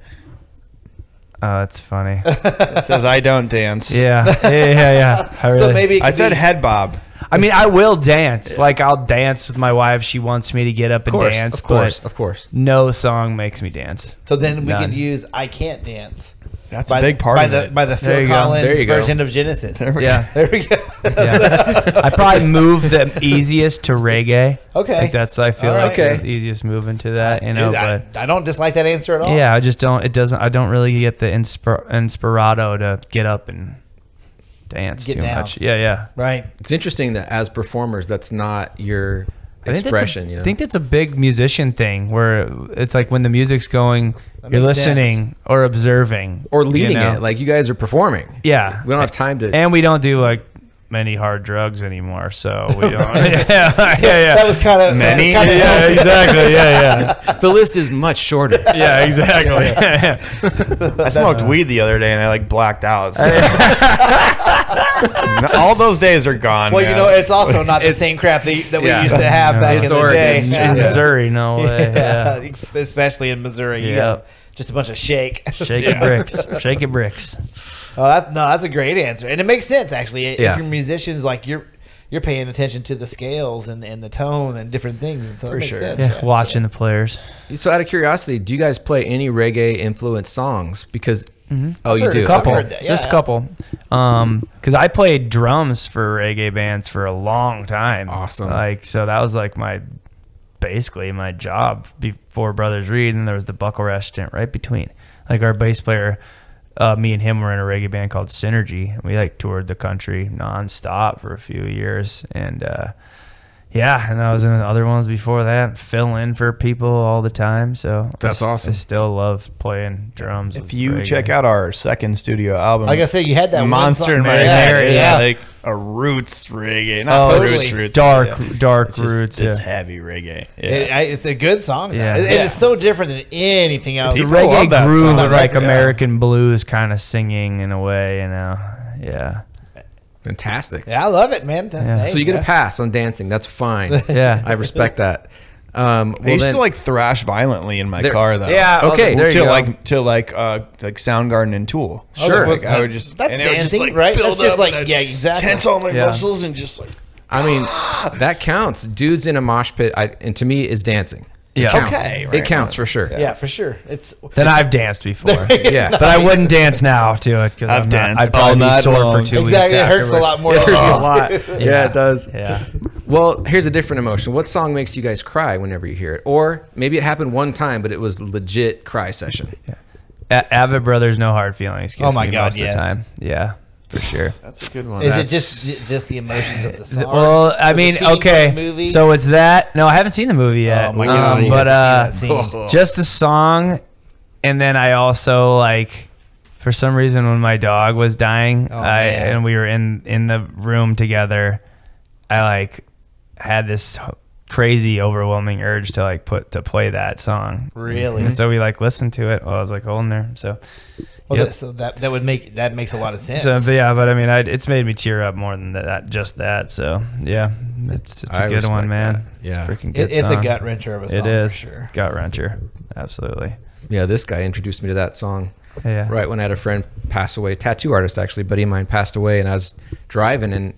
S5: Oh, that's funny.
S4: It says, "I don't dance."
S5: yeah, yeah, yeah. yeah. I
S2: So
S5: really-
S2: maybe it
S4: I
S2: could
S4: said
S2: be-
S4: head bob.
S5: I mean, I will dance. Like I'll dance with my wife. She wants me to get up and
S1: of course,
S5: dance.
S1: of course,
S5: but
S1: of course.
S5: no song makes me dance.
S2: So then we
S5: None.
S2: could use "I Can't Dance."
S4: That's
S2: by
S4: a big
S2: the,
S4: part
S2: by
S4: of
S2: the
S4: it.
S2: by the
S5: There
S2: Phil
S5: you go.
S1: There
S2: Collins
S1: you go.
S2: version of Genesis. There
S5: Yeah.
S2: we go.
S5: Yeah. I probably move the easiest to reggae.
S2: Okay.
S5: Like that's I feel
S2: All
S5: like
S1: right.
S5: the easiest move into that, Uh, you
S2: Dude,
S5: know.
S2: I,
S5: but
S2: I don't dislike that answer at all.
S5: Yeah, I just don't. It doesn't. I don't really get the inspir- inspirado to get up and dance
S2: Get
S5: too
S2: down.
S5: much. Yeah, yeah.
S2: Right.
S1: It's interesting that as performers, that's not your
S5: I think that's a-
S1: expression. you
S5: I
S1: know?
S5: think that's a big musician thing where it's like when the music's going, you're
S2: makes sense.
S5: listening or observing
S1: or
S5: you
S1: leading
S5: know?
S1: it, like you guys are performing.
S5: yeah,
S1: we don't have time to.
S5: and we don't do like many hard drugs anymore, so we don't. yeah, yeah, yeah.
S2: That was kind of
S4: Many?
S2: Kind of
S5: yeah, exactly. Yeah, yeah,
S1: the list is much shorter.
S5: yeah, exactly.
S4: I smoked weed the other day and I like blacked out. so- All those days are gone.
S2: Well, you
S4: oh, man.
S2: know, it's also not the
S1: It's-
S2: same crap that, that we
S1: yeah.
S2: used to have
S5: No.
S2: back
S5: It's
S2: in the
S1: Oregon.
S2: day.
S1: It's
S2: Yeah.
S1: in
S5: Missouri, no way.
S2: Yeah,
S5: Yeah.
S2: ex- especially in Missouri, you
S5: Yeah.
S2: got just a bunch of shake.
S5: Shake it bricks. Shake it bricks.
S2: Oh, that, no, that's a great answer, and it makes sense actually. If
S1: Yeah.
S2: you're musicians, like you're you're paying attention to the scales and, and the tone and different things, and so it makes
S4: sure.
S2: sense.
S5: Yeah,
S2: right?
S5: watching the players.
S1: So, out of curiosity, do you guys play any reggae influenced songs? Because oh, you
S2: heard a
S1: do.
S5: Mm-hmm. couple,
S2: heard that, yeah,
S5: just a
S2: yeah.
S5: couple. Um, because I played drums for reggae bands for a long time.
S1: Awesome.
S5: Like so, that was like my basically my job before Brothers Reed, and there was the Buckle Rash stint right between. Like our bass player, uh, me and him were in a reggae band called Synergy, and we like toured the country nonstop for a few years, and. uh yeah, and I was in other ones before that, fill in for people all the time. So I
S1: That's
S5: s- I
S1: awesome.
S5: still love playing drums.
S4: if
S5: with
S4: you
S5: reggae.
S4: check out our second studio album,
S2: Like I said, you had that one
S4: Monster
S2: song-
S4: and Mary,
S2: Yeah,
S4: Mary,
S2: yeah.
S4: like a roots reggae.
S5: Oh,
S4: Not
S5: it's
S4: roots, roots,
S5: dark,
S4: but yeah.
S5: dark
S4: It's just-
S5: roots.
S4: It's
S5: yeah.
S4: heavy reggae. Yeah.
S2: It, I, it's a good song, though.
S5: Yeah.
S2: and
S4: Yeah.
S2: it's so different than anything else.
S4: The
S2: It's
S4: I reggae love that
S5: groove
S4: song.
S5: of like
S4: Yeah.
S5: American blues kind of singing in a way, you know. Yeah.
S1: Fantastic.
S2: Yeah, I love it, man. Th-
S5: Yeah.
S2: hey,
S1: So you get
S2: yeah.
S1: a pass on dancing. That's fine.
S5: Yeah.
S1: I respect that. Um,
S4: I
S1: well,
S4: used
S1: then,
S4: to like thrash violently in my
S1: There-
S4: car though.
S1: well, Okay. there
S4: to like to like uh like Soundgarden and Tool.
S1: Sure.
S4: Like, I would just
S2: Oh, That's
S4: and it would just,
S2: dancing,
S4: like,
S2: right?
S4: build
S2: That's just
S4: up
S2: like-
S4: and I'd
S2: yeah, exactly.
S4: Tense all my
S5: Yeah.
S4: muscles and just like
S1: I mean, that counts. Dudes in a mosh pit, I, and to me, is dancing.
S5: Yeah.
S1: counts.
S4: Okay,
S1: it
S4: right.
S1: counts for sure.
S2: Yeah, for sure. It's
S5: Then I've danced before.
S1: Yeah.
S5: But I wouldn't dance now to it because
S4: I've
S5: I've
S4: danced
S5: danced. I'd
S4: all
S5: probably be
S4: night
S5: sore for
S4: long.
S5: two weeks.
S2: exactly. It hurts a
S5: afterward.
S2: lot more.
S1: It
S2: than
S1: hurts
S2: you
S1: a lot.
S2: think.
S1: Yeah. it does.
S5: Yeah.
S1: Well, here's a different emotion. What song makes you guys cry whenever you hear it? Or maybe it happened one time, but it was legit cry session.
S5: A- Avid Brothers, no hard feelings. Gets
S2: Oh my
S5: me
S2: God,
S5: most of
S2: yes.
S5: the time. Yeah, for sure.
S4: That's a good one.
S2: Is it
S4: That's-
S2: just just the emotions of the song?
S5: Well, I
S2: Or the
S5: mean,
S2: scene from
S5: okay.
S2: the movie?
S5: So it's that. No, I haven't seen the movie yet.
S2: Oh my God, you
S5: but uh,
S2: have to see that scene.
S5: just the song, and then I also like, for some reason, when my dog was dying,
S2: Oh,
S5: I
S2: man.
S5: and we were in in the room together, I like had this crazy, overwhelming urge to like put to play that song.
S2: Really?
S5: And so we like listened to it while I was like holding her. So
S2: well,
S5: yep.
S2: that, so that that would make that makes a lot of sense.
S5: So but yeah, but I mean, I, it's made me tear up more than that, just that. So yeah, it's it's a
S1: I
S5: good
S1: respect
S5: one, man.
S1: that.
S5: it's
S1: Yeah.
S5: a freaking good.
S2: It- it's a
S5: song.
S2: gut wrencher of a song
S5: It is
S2: for sure.
S5: gut wrencher, absolutely.
S1: Yeah, this guy introduced me to that song.
S5: Yeah,
S1: Right when I had a friend pass away, tattoo artist actually, a buddy of mine passed away, and I was driving, and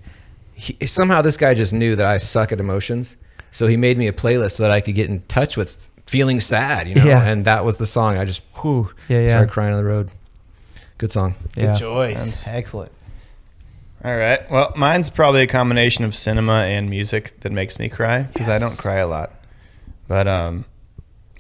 S1: he, somehow this guy just knew that I suck at emotions, so he made me a playlist so that I could get in touch with feeling sad, you know.
S5: Yeah.
S1: And that was the song. I just whew,
S5: Yeah, yeah.
S1: started crying on the road. Good song.
S5: Yeah.
S2: Good choice. Excellent.
S4: All right. Well, mine's probably a combination of cinema and music that makes me cry because I don't
S5: Yes.
S4: cry a lot. But um,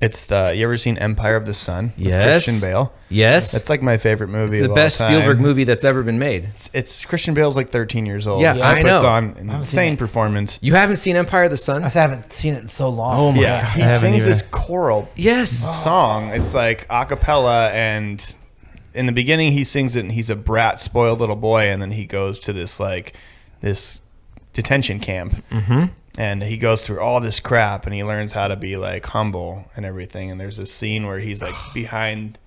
S4: it's the you ever seen Empire of the Sun? with
S1: Yes.
S4: Christian Bale.
S1: Yes,
S4: That's like my favorite movie.
S1: it's
S4: of
S1: the
S4: all
S1: best
S4: time.
S1: Spielberg movie that's ever been made.
S4: It's, it's Christian Bale's like 13 years old.
S1: Yeah, I
S4: He puts
S1: know.
S4: on an
S2: I haven't seen
S4: insane
S2: it.
S4: performance.
S1: You haven't seen Empire of the
S2: I
S1: Sun?
S2: just haven't seen it in so long.
S1: Oh my
S4: yeah,
S1: God.
S4: he
S5: I haven't
S4: sings
S5: either.
S4: this choral
S1: Yes.
S5: Oh,
S4: song. It's like a cappella and in the beginning he sings it and he's a brat spoiled little boy and then he goes to this like this detention camp. Mm-hmm. And he goes through all this crap and he learns how to be like humble and everything and there's this scene where he's like behind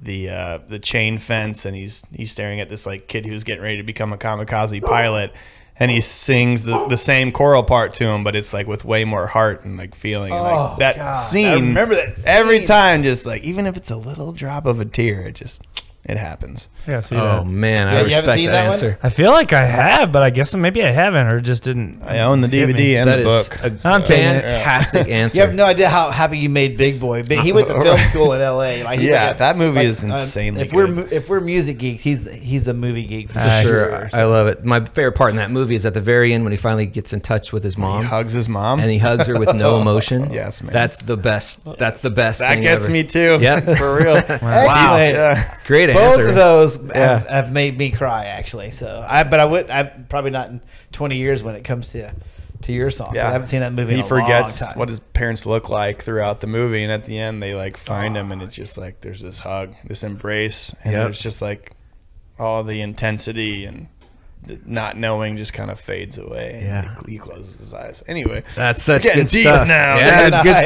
S4: the uh, the chain fence and he's he's staring at this like kid who's getting ready to become a kamikaze pilot and he sings the, the same choral part to him but it's like with way more heart and like feeling and,
S2: Oh,
S4: like that
S2: God.
S4: scene
S2: I remember that
S4: every
S2: scene.
S4: time just like even if it's a little drop of a tear it just it happens
S5: yeah. See
S1: Oh man, I
S2: Yeah, you haven't
S1: respect
S2: seen
S1: that
S2: that one?
S1: answer.
S5: I feel like I have, but I guess maybe I haven't, or just didn't.
S4: i own the
S5: hit me.
S4: dvd and
S1: That
S4: the
S1: is
S4: book
S1: a
S5: I'm taking it.
S1: fantastic answer.
S2: You have no idea how happy you made Big Boy. But he went to film school in L.A. Like, he's
S4: Yeah,
S2: like a-
S4: that movie
S2: like, um,
S4: is insanely
S2: If we're
S4: good.
S2: mu- if we're music geeks, he's he's a movie geek for
S5: Uh,
S1: sure. I love it. My favorite part in that movie is at the very end when he finally gets in touch with his
S4: he
S1: mom
S4: hugs his mom
S1: and he hugs her with no emotion.
S4: Yes, man.
S1: That's the best. That's the best.
S4: that
S1: thing
S4: gets
S1: ever.
S4: me too
S1: Yeah.
S4: for real
S2: Wow.
S4: Yeah.
S1: Great
S2: Both
S1: answer.
S2: of those have, have made me cry actually. So I, but I would, I probably not in 20 years when it comes to to your song. but I haven't seen that movie.
S4: He
S2: in a
S4: forgets
S2: long time.
S4: what his parents look like throughout the movie, and at the end they like find him, and it's just like there's this hug, this embrace, and
S1: Yep.
S4: there's just like all the intensity and the not knowing just kind of fades away. and
S1: Yeah.
S4: he, he closes his eyes. Anyway,
S1: That's such
S4: Getting
S1: good
S4: deep
S1: stuff.
S4: now.
S1: Yeah, that's good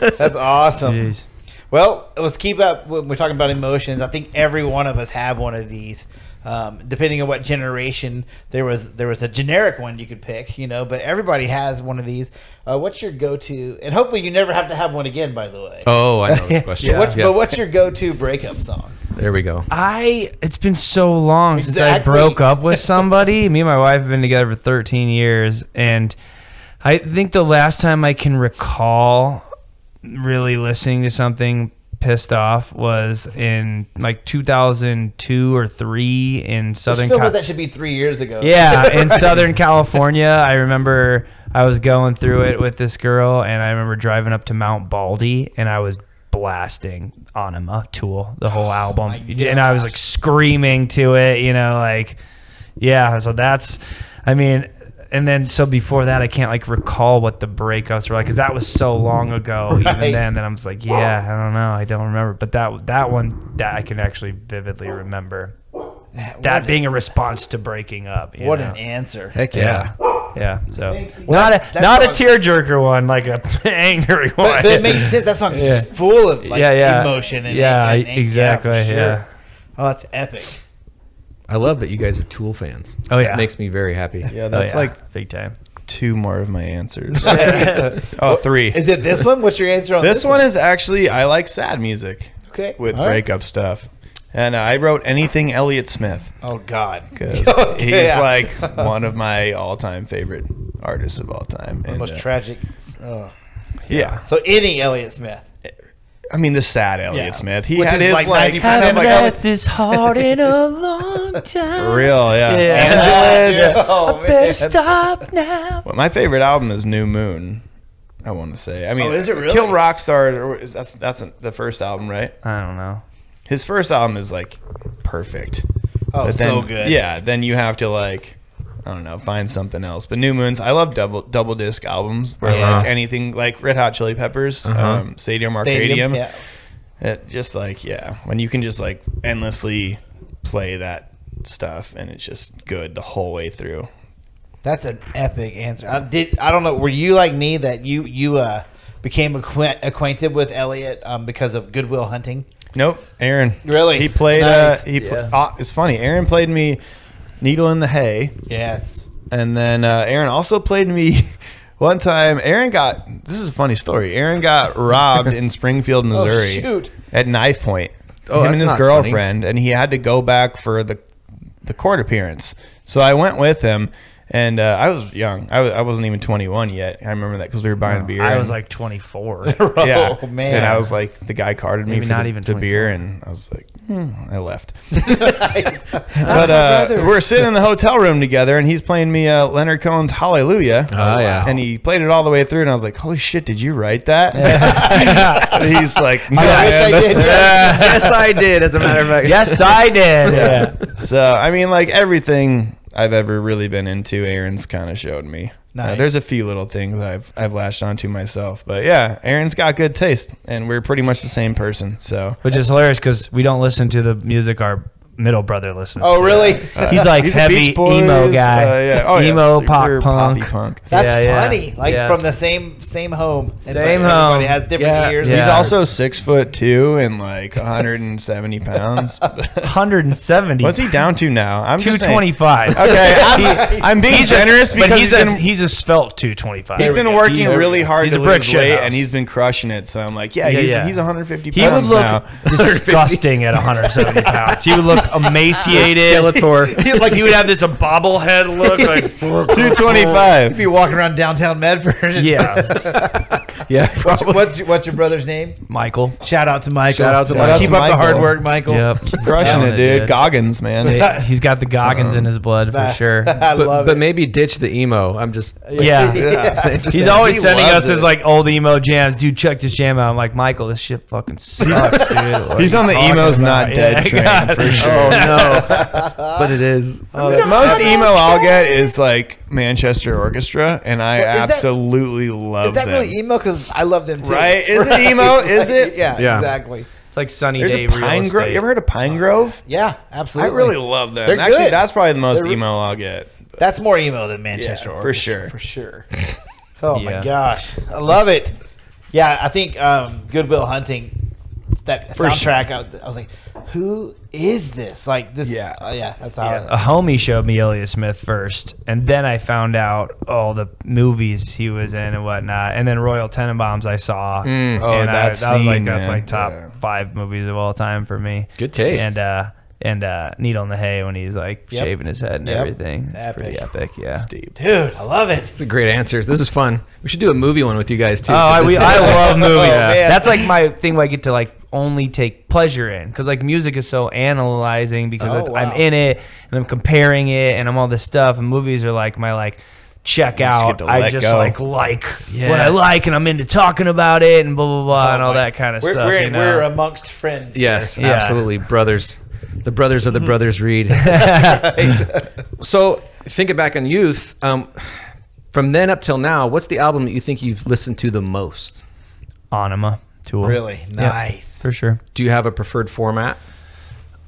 S1: stuff.
S2: That's awesome.
S5: Jeez.
S2: Well, let's keep up. When we're talking about emotions, I think every one of us have one of these. Um, depending on what generation, there was there was a generic one you could pick, you know. But everybody has one of these. Uh, what's your go-to? And hopefully, you never have to have one again. By the way,
S1: Oh, I know this question.
S2: What's-
S1: Yeah.
S2: but what's your go-to breakup song?
S1: There we go.
S5: I it's been so long since I
S2: Exactly.
S5: broke up with somebody. Me and my wife have been together for 13 years and I think the last time I can recall really listening to something pissed off was in like 2002 or 3 in
S2: It
S5: Southern
S2: feels
S5: Cal-
S2: like that should be three years ago.
S5: yeah, in Southern California, I remember I was going through it with this girl, and I remember driving up to Mount Baldy, and I was blasting Anima Tool, the whole album, and I was like screaming to it, you know, like yeah. So that's, I mean, and then so before that, I can't like recall what the breakups were like because that was so long ago.
S2: Right.
S5: Even then, that I'm just like, yeah, I don't know, I don't remember. But that that one that I can actually vividly remember. That being a response to breaking up. you
S2: What
S5: know?
S2: an answer.
S1: Heck yeah.
S5: Yeah. So
S2: Well,
S5: not
S2: that's-
S5: a
S2: that's
S5: not a
S2: not-
S5: tearjerker one, like a angry one.
S2: But, but it makes sense. That song is just full of like
S5: Yeah, yeah.
S2: emotion and
S5: Yeah, e,
S2: and- and- for
S5: exactly, yeah.
S2: Oh, that's epic.
S1: I love that you guys are Tool fans.
S5: Oh, yeah.
S1: That makes me very happy.
S4: yeah,
S5: Oh,
S4: that's
S5: yeah,
S4: like
S5: big time.
S4: two more of my answers. oh, three.
S2: Is it this one? What's your answer on this,
S4: this one is actually I like sad music
S2: okay
S4: with
S2: All right.
S4: breakup stuff, and I wrote anything Elliott Smith.
S2: Oh God.
S4: because
S2: Okay,
S4: he's
S2: yeah.
S4: like one of my all-time favorite artists of all time. And,
S2: most
S4: uh,
S2: tragic. Oh.
S4: Yeah.
S2: So any Elliott Smith.
S4: I mean, the sad Elliot
S2: Yeah.
S4: Smith. He
S2: Which
S4: had
S2: is
S4: his
S2: like
S4: like,
S2: 90%
S4: kind of like
S2: I'll-
S3: this hard in a long time.
S4: for real, yeah.
S3: Yeah.
S4: Angeles.
S2: Oh, man.
S3: Better stop now.
S4: Well, my favorite album is New Moon. I want to say. I mean,
S2: Oh, is it really?
S4: Kill Rock Stars? That's that's the first album, right?
S5: I don't know.
S4: His first album is like perfect.
S2: Oh,
S4: But then,
S2: so good.
S4: Yeah, then you have to like, I don't know, find something else. But New Moons, I love double double disc albums where
S1: Uh-huh.
S4: like anything like Red Hot Chili Peppers, um, Stadium
S2: Uh-huh. Stadium.
S4: Arcadium,
S2: Yeah.
S4: it just like yeah, when you can just like endlessly play that stuff and it's just good the whole way through.
S2: That's an epic answer. I did. I don't know. Were you like me that you you uh, became acquaint, acquainted with Elliot um, because of Goodwill Hunting?
S4: Nope, Aaron.
S2: Really?
S4: He played.
S2: Nice.
S4: Uh, he pl-
S3: Yeah.
S4: uh, it's funny. Aaron played me "Needle in the Hay."
S2: Yes.
S4: And then uh, Aaron also played me one time. Aaron got this is a funny story. Aaron got robbed in Springfield, Missouri,
S2: Oh, shoot.
S4: at knife point.
S1: Oh,
S4: him
S1: that's
S4: and his
S1: not
S4: girlfriend, and he had to go back for the the court appearance. So I went with him, and uh, I was young. I, was, I wasn't even 21 yet. I remember that because we were buying beer.
S5: Oh, I
S4: and-
S5: was like 24.
S4: yeah.
S2: Oh, man.
S4: And I was like, the guy carded me
S5: Maybe
S4: for
S5: not
S4: the,
S5: even
S4: the
S5: 24.
S4: beer, and I was like, hmm, I left.
S2: Nice.
S4: but uh, we're sitting in the hotel room together, and he's playing me uh, Leonard Cohen's Hallelujah.
S1: Oh, yeah.
S4: And he played it all the way through, and I was like, holy shit, did you write that? And he's like, no,
S2: wish I
S4: man,
S2: did."
S4: that's-
S1: yes, I did. As a matter of fact.
S3: Yes, I did.
S4: yeah. So, I mean, like, everything I've ever really been into, Aaron's kind of showed me. Uh,
S2: Nice.
S4: there's a few little things I've I've latched onto myself, but yeah, Aaron's got good taste, and we're pretty much the same person. So
S5: Which is hilarious because we don't listen to the music our middle brother listens to.
S2: oh, really?
S5: He's like
S4: Uh, He's a
S5: heavy
S4: Beach Boys,
S5: emo guy.
S4: uh, yeah. Oh, yeah,
S5: emo
S4: super
S5: pop punk.
S4: poppy punk.
S2: That's
S5: Yeah, yeah.
S2: funny. Like
S5: Yeah.
S2: from the same same home. And
S5: Same
S2: everybody
S5: home.
S2: has different
S1: Yeah.
S2: ears.
S5: Yeah.
S4: He's also six foot two and like 170 pounds.
S5: 170.
S4: What's he down to now? I'm just saying-
S5: 225.
S4: Okay, I'm, I'm being generous
S5: but
S4: because
S5: he's,
S4: he's
S5: a,
S4: been,
S5: he's a svelte 225.
S4: he's been working
S5: He's-
S4: really hard
S5: he's
S4: to
S5: a brick
S4: lose
S5: shit
S4: weight
S5: house.
S4: and he's been crushing it. So I'm like, yeah,
S5: Yeah,
S4: he's,
S5: yeah.
S4: he's 150
S5: He would
S4: pounds
S5: look
S4: now.
S5: disgusting at 170 pounds. He would look emaciated.
S1: Skeletor.
S5: He- like he would have this a bobblehead look. Like
S4: 225.
S2: Be walking around downtown Medford.
S5: yeah,
S1: Yeah.
S2: What's, what's, what's your brother's name?
S5: Michael.
S2: Shout out to Michael.
S1: Shout out to
S4: Michael.
S2: Keep up the hard
S4: Michael.
S2: work, Michael.
S4: Crushing
S5: Killing
S4: it, dude. Goggins, man.
S5: They- He's got the Goggins in his blood for sure.
S2: I
S1: But,
S2: love
S1: but
S2: it.
S1: maybe ditch the emo. I'm just.
S5: Yeah.
S1: just saying- just
S5: He's
S1: saying.
S5: always
S4: He
S5: sending
S4: loves
S5: us his
S4: it.
S5: like old emo jams. Dude, check this jam out. I'm like, Michael, this shit fucking sucks, dude. What
S4: He's
S5: are
S4: on
S5: you
S4: the
S5: talking
S4: emo's
S5: about?
S4: not
S5: Yeah,
S4: dead
S5: Oh,
S4: train
S5: God.
S4: for sure.
S1: Oh no. but it is.
S4: The most emo I'll get is like Manchester Orchestra, and I
S2: Well, is that-
S4: absolutely love
S2: Is that
S4: them.
S2: really emo? Because I love them too.
S4: Right? Is it emo? Is it?
S2: Yeah,
S1: Yeah.
S2: exactly.
S5: It's like Sunny
S4: There's
S5: Day
S4: a
S5: Real
S4: Pine Grove.
S5: Estate.
S4: You ever heard of Pine Grove?
S2: Yeah,
S4: I
S2: absolutely.
S4: really love them.
S2: They're
S4: Actually,
S2: good.
S4: that's probably the most
S2: They're-
S4: emo I'll get.
S2: That's more emo than
S4: Yeah,
S2: Manchester
S4: for
S2: Orchestra,
S4: sure.
S2: For sure. Oh
S5: Yeah.
S2: my gosh, I love it. Yeah, I think um, Goodwill Hunting that soundtrack. I, I was like, who is this? Like this?
S4: Yeah.
S2: oh, yeah. That's how.
S5: a homie showed me Elliott Smith first, and then I found out all the movies he was in and whatnot, and then Royal Tenenbaums I saw,
S4: Oh,
S5: and I,
S4: that
S5: that was like
S4: scene,
S5: that's
S4: man.
S5: like top
S4: Yeah.
S5: five movies of all time for me.
S1: Good taste.
S5: and uh, and uh, Needle in the Hay when he's like
S2: Yep.
S5: shaving his head and
S2: Yep.
S5: everything, it's pretty epic, yeah.
S4: Deep.
S2: Dude, I love it.
S1: These are great answers. This is fun. We should do a movie one with you guys too.
S5: Oh, I, we, I love movies.
S2: Yeah. man.
S5: That's like my thing. Where I get to like only take pleasure in because like music is so analyzing because
S2: Oh,
S5: it's- I'm
S2: wow.
S5: in it and I'm comparing it and I'm all this stuff. And movies are like my like check out.
S4: to
S5: I
S4: let
S5: just
S4: go.
S5: like like what I
S1: Yes.
S5: like and I'm into talking about it and blah blah blah and all that kind of
S2: Oh we're,
S5: stuff.
S2: We're,
S5: you know?
S2: we're amongst friends. here.
S1: Yes,
S5: Yeah. Hmm.
S1: absolutely, brothers. The brothers of the brothers Reed. so, thinking back on youth, um, from then up till now, what's the album that you think you've listened to the most?
S5: Anima tool
S2: um, Really nice.
S5: for sure.
S1: Do you have a preferred format?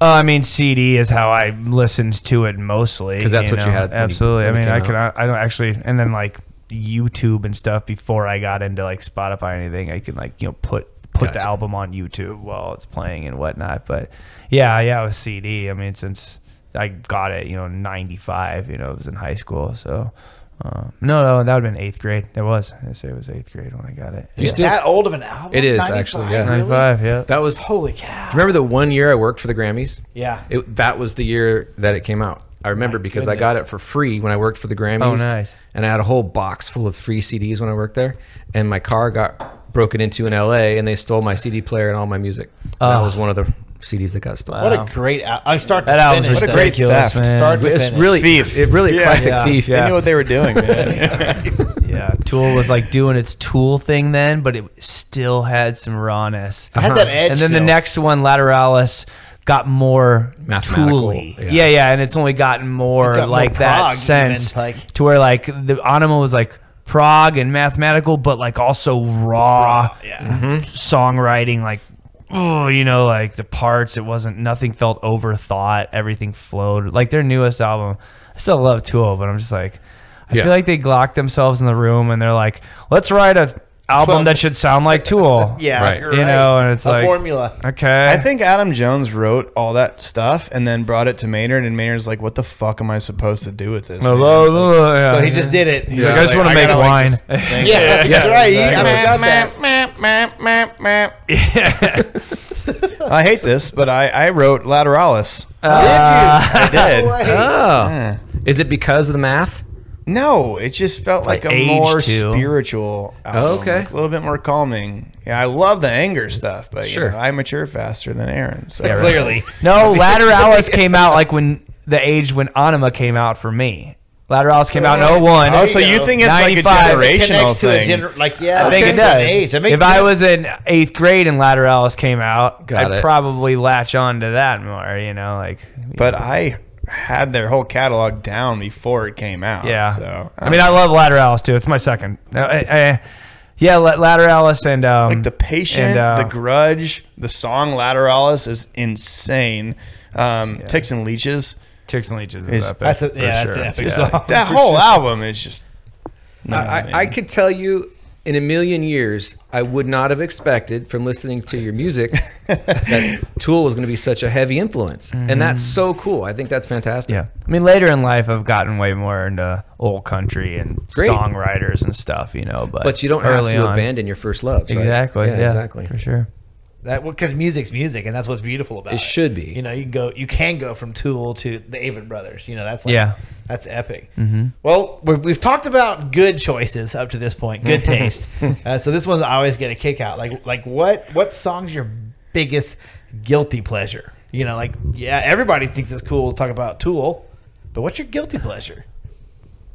S5: Uh, I mean, CD is how I listened to it mostly.
S1: 'Cause that's what you had when you-
S5: Absolutely.
S1: when it
S5: I mean, I
S1: came
S5: can. I don't actually. And then like YouTube and stuff. Before I got into like Spotify or anything, I can like you know put put the
S1: Gotcha.
S5: album on YouTube while it's playing and whatnot. But yeah, yeah, with CD. I mean, since I got it, you know, in '95. You know, it was in high school. So um, no, no, that would have been eighth grade. It was. I say it was eighth grade when I got it.
S1: You
S2: Is
S1: still-
S2: that old of an album?
S1: It is, actually, yeah.
S2: really?
S5: '95. Yeah.
S1: That was.
S2: Holy cow.
S1: Remember the one year I worked for the Grammys?
S2: Yeah.
S1: It, that was the year that it came out. I remember because I got it for free when I worked for the Grammys.
S5: Oh, nice.
S1: And I had a whole box full of free CDs when I worked there. And my car got broken into in LA and they stole my CD player and all my music. That
S5: Oh.
S1: was one of the CDs that got stolen.
S2: What
S5: Wow.
S2: a great al- I start to
S5: That album's
S2: finish.
S4: What a great
S5: ridiculous,
S4: theft.
S5: man.
S2: Start to
S1: It's
S2: finish.
S1: really
S4: Thief.
S1: It really
S4: Yeah.
S1: eclectic
S2: Yeah.
S1: thief. Yeah.
S4: They knew what they were doing, man.
S5: Yeah, Tool was like doing its Tool thing then, but it still had some rawness.
S2: I had that edge.
S5: and then the
S2: still.
S5: next one, Lateralis, got more
S1: Mathematical,
S5: Tool-y.
S1: yeah.
S5: Yeah. yeah, and it's only gotten more
S2: It got more
S5: like that
S2: prog
S5: sense
S2: even, like-
S5: to where like the Anima was like prog and mathematical, but like also raw
S2: yeah.
S5: songwriting, like. Oh, you know, like the parts, it wasn't nothing felt overthought. Everything flowed. Like their newest album, I still love Tool, but I'm just like, I
S1: Yeah.
S5: feel like they glocked themselves in the room and they're like, let's write a album
S2: Well-
S5: that should sound like Tool.
S2: Yeah,
S1: Right.
S2: you're
S5: you know, and it's
S2: a
S5: like
S2: formula.
S5: Okay.
S4: I think Adam Jones wrote all that stuff and then brought it to Maynard, and Maynard's like, "What the fuck am I supposed to do with this?" man?"
S5: yeah.
S2: So he just did it.
S5: He's like, I just want to
S4: I
S5: make
S4: gotta, like,
S5: wine.
S4: just think-
S2: Yeah, that's right. He- I forgot that.
S4: I hate this, but I, I wrote Lateralis.
S1: Uh,
S2: Did
S4: I did.
S2: you? No way.
S1: Oh.
S4: Yeah.
S1: Is it because of the math?
S4: No, it just felt like,
S5: Like
S4: a
S5: age
S4: more
S5: too.
S4: spiritual album.
S1: Oh, okay.
S4: like a little bit more calming. Yeah, I love the anger stuff, but you
S1: Sure.
S4: know, I mature faster than Aaron. So
S2: Clearly.
S5: no, Lateralis came out like when the age when Anima came out for me. Lateralis came out in 01.
S4: Oh, so
S2: There you
S4: you
S2: go.
S4: think it's like
S5: 95.
S4: a
S2: It
S4: generational
S2: connects to a
S4: thing?
S2: gener- like yeah,
S5: I think
S2: okay.
S5: it does.
S2: Age. That
S5: if
S2: makes
S5: I
S2: sense.
S5: was in eighth grade and Lateralis came out,
S1: Got
S5: I'd
S1: it.
S5: probably latch on to that more. You know, like.
S4: but I had their whole catalog down before it came
S2: Oh,
S4: out.
S5: yeah.
S4: So
S5: I mean, I love Lateralis too. It's my second. No, I- I- yeah, La- Lateralis and um,
S4: like the patient,
S5: and, uh,
S4: the grudge, the song Lateralis is insane. Um, Ticks and leeches.
S5: Ticks and Leeches. Is
S4: Is-
S5: epic,
S2: That's a, yeah,
S5: for
S2: that's
S5: sure.
S2: an epic
S5: Yeah.
S2: song.
S4: That whole album is just. nuts,
S1: I,
S4: man.
S1: I could tell you in a million years, I would not have expected from listening to your music that Tool was going to be such a heavy influence. And that's so cool. I think that's fantastic.
S5: Mm-hmm. Yeah. I mean, later in life, I've gotten way more into old country and
S1: Great.
S5: songwriters and stuff, you know. But
S1: But you don't have
S5: early
S1: to
S5: on-
S1: abandon your first love. right?
S5: Exactly.
S1: Yeah, exactly.
S5: For sure.
S2: That because music's music, and that's what's beautiful about it.
S1: It should be.
S2: You know, you can go, you can go from Tool to the Avett Brothers. You know, that's like,
S5: Yeah. Mm-hmm.
S2: that's epic. Well, we're, we've talked about good choices up to this point, good taste. uh, so this one's I always get a kick out. Like, like what what song's your biggest guilty pleasure? You know, like yeah, everybody thinks it's cool to talk about Tool, but what's your guilty pleasure?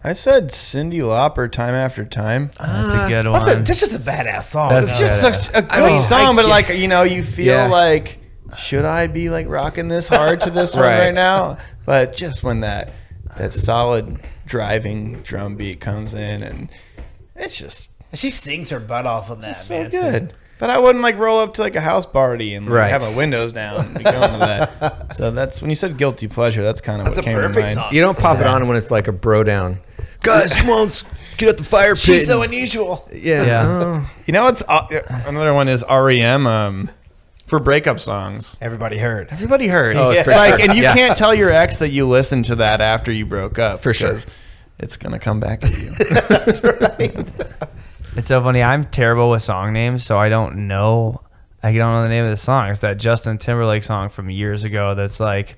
S4: I said Cindy Lauper time after time.
S5: That's a good
S2: That's, a,
S5: one.
S2: that's just a badass song.
S5: That's
S2: It's
S4: It's
S5: Yeah.
S4: just such a good
S2: I mean,
S4: song,
S2: I
S4: but
S2: get-
S4: like you know, you feel
S1: Yeah.
S4: like should I be like rocking this hard to this one
S1: Right.
S4: right now? But just when that that solid driving drum beat comes in, and it's just
S2: she sings her butt off on that.
S4: so
S2: man.
S4: good. But I wouldn't like roll up to like a house party and like,
S1: Right.
S4: have my windows down. And be going to that. So that's when you said guilty pleasure. That's kind of
S2: That's a
S4: what came to
S2: perfect
S4: mind.
S2: song.
S1: You don't pop it on when it's like a bro down. Guys, come on, let's get out the fire pit.
S2: She's so
S1: and-
S2: unusual.
S1: yeah.
S5: Yeah.
S1: oh.
S4: You know what's uh, another one is REM um, for breakup songs.
S2: Everybody heard.
S4: Everybody heard.
S1: Oh, for
S4: like,
S1: sure.
S4: and you
S1: Yeah.
S4: can't tell your ex that you listened to that after you broke up.
S1: For sure.
S4: 'cause It's gonna come back to you.
S2: That's right.
S5: it's so funny. I'm terrible with song names, so I don't know. I don't know the name of the song. It's that Justin Timberlake song from years ago. That's like,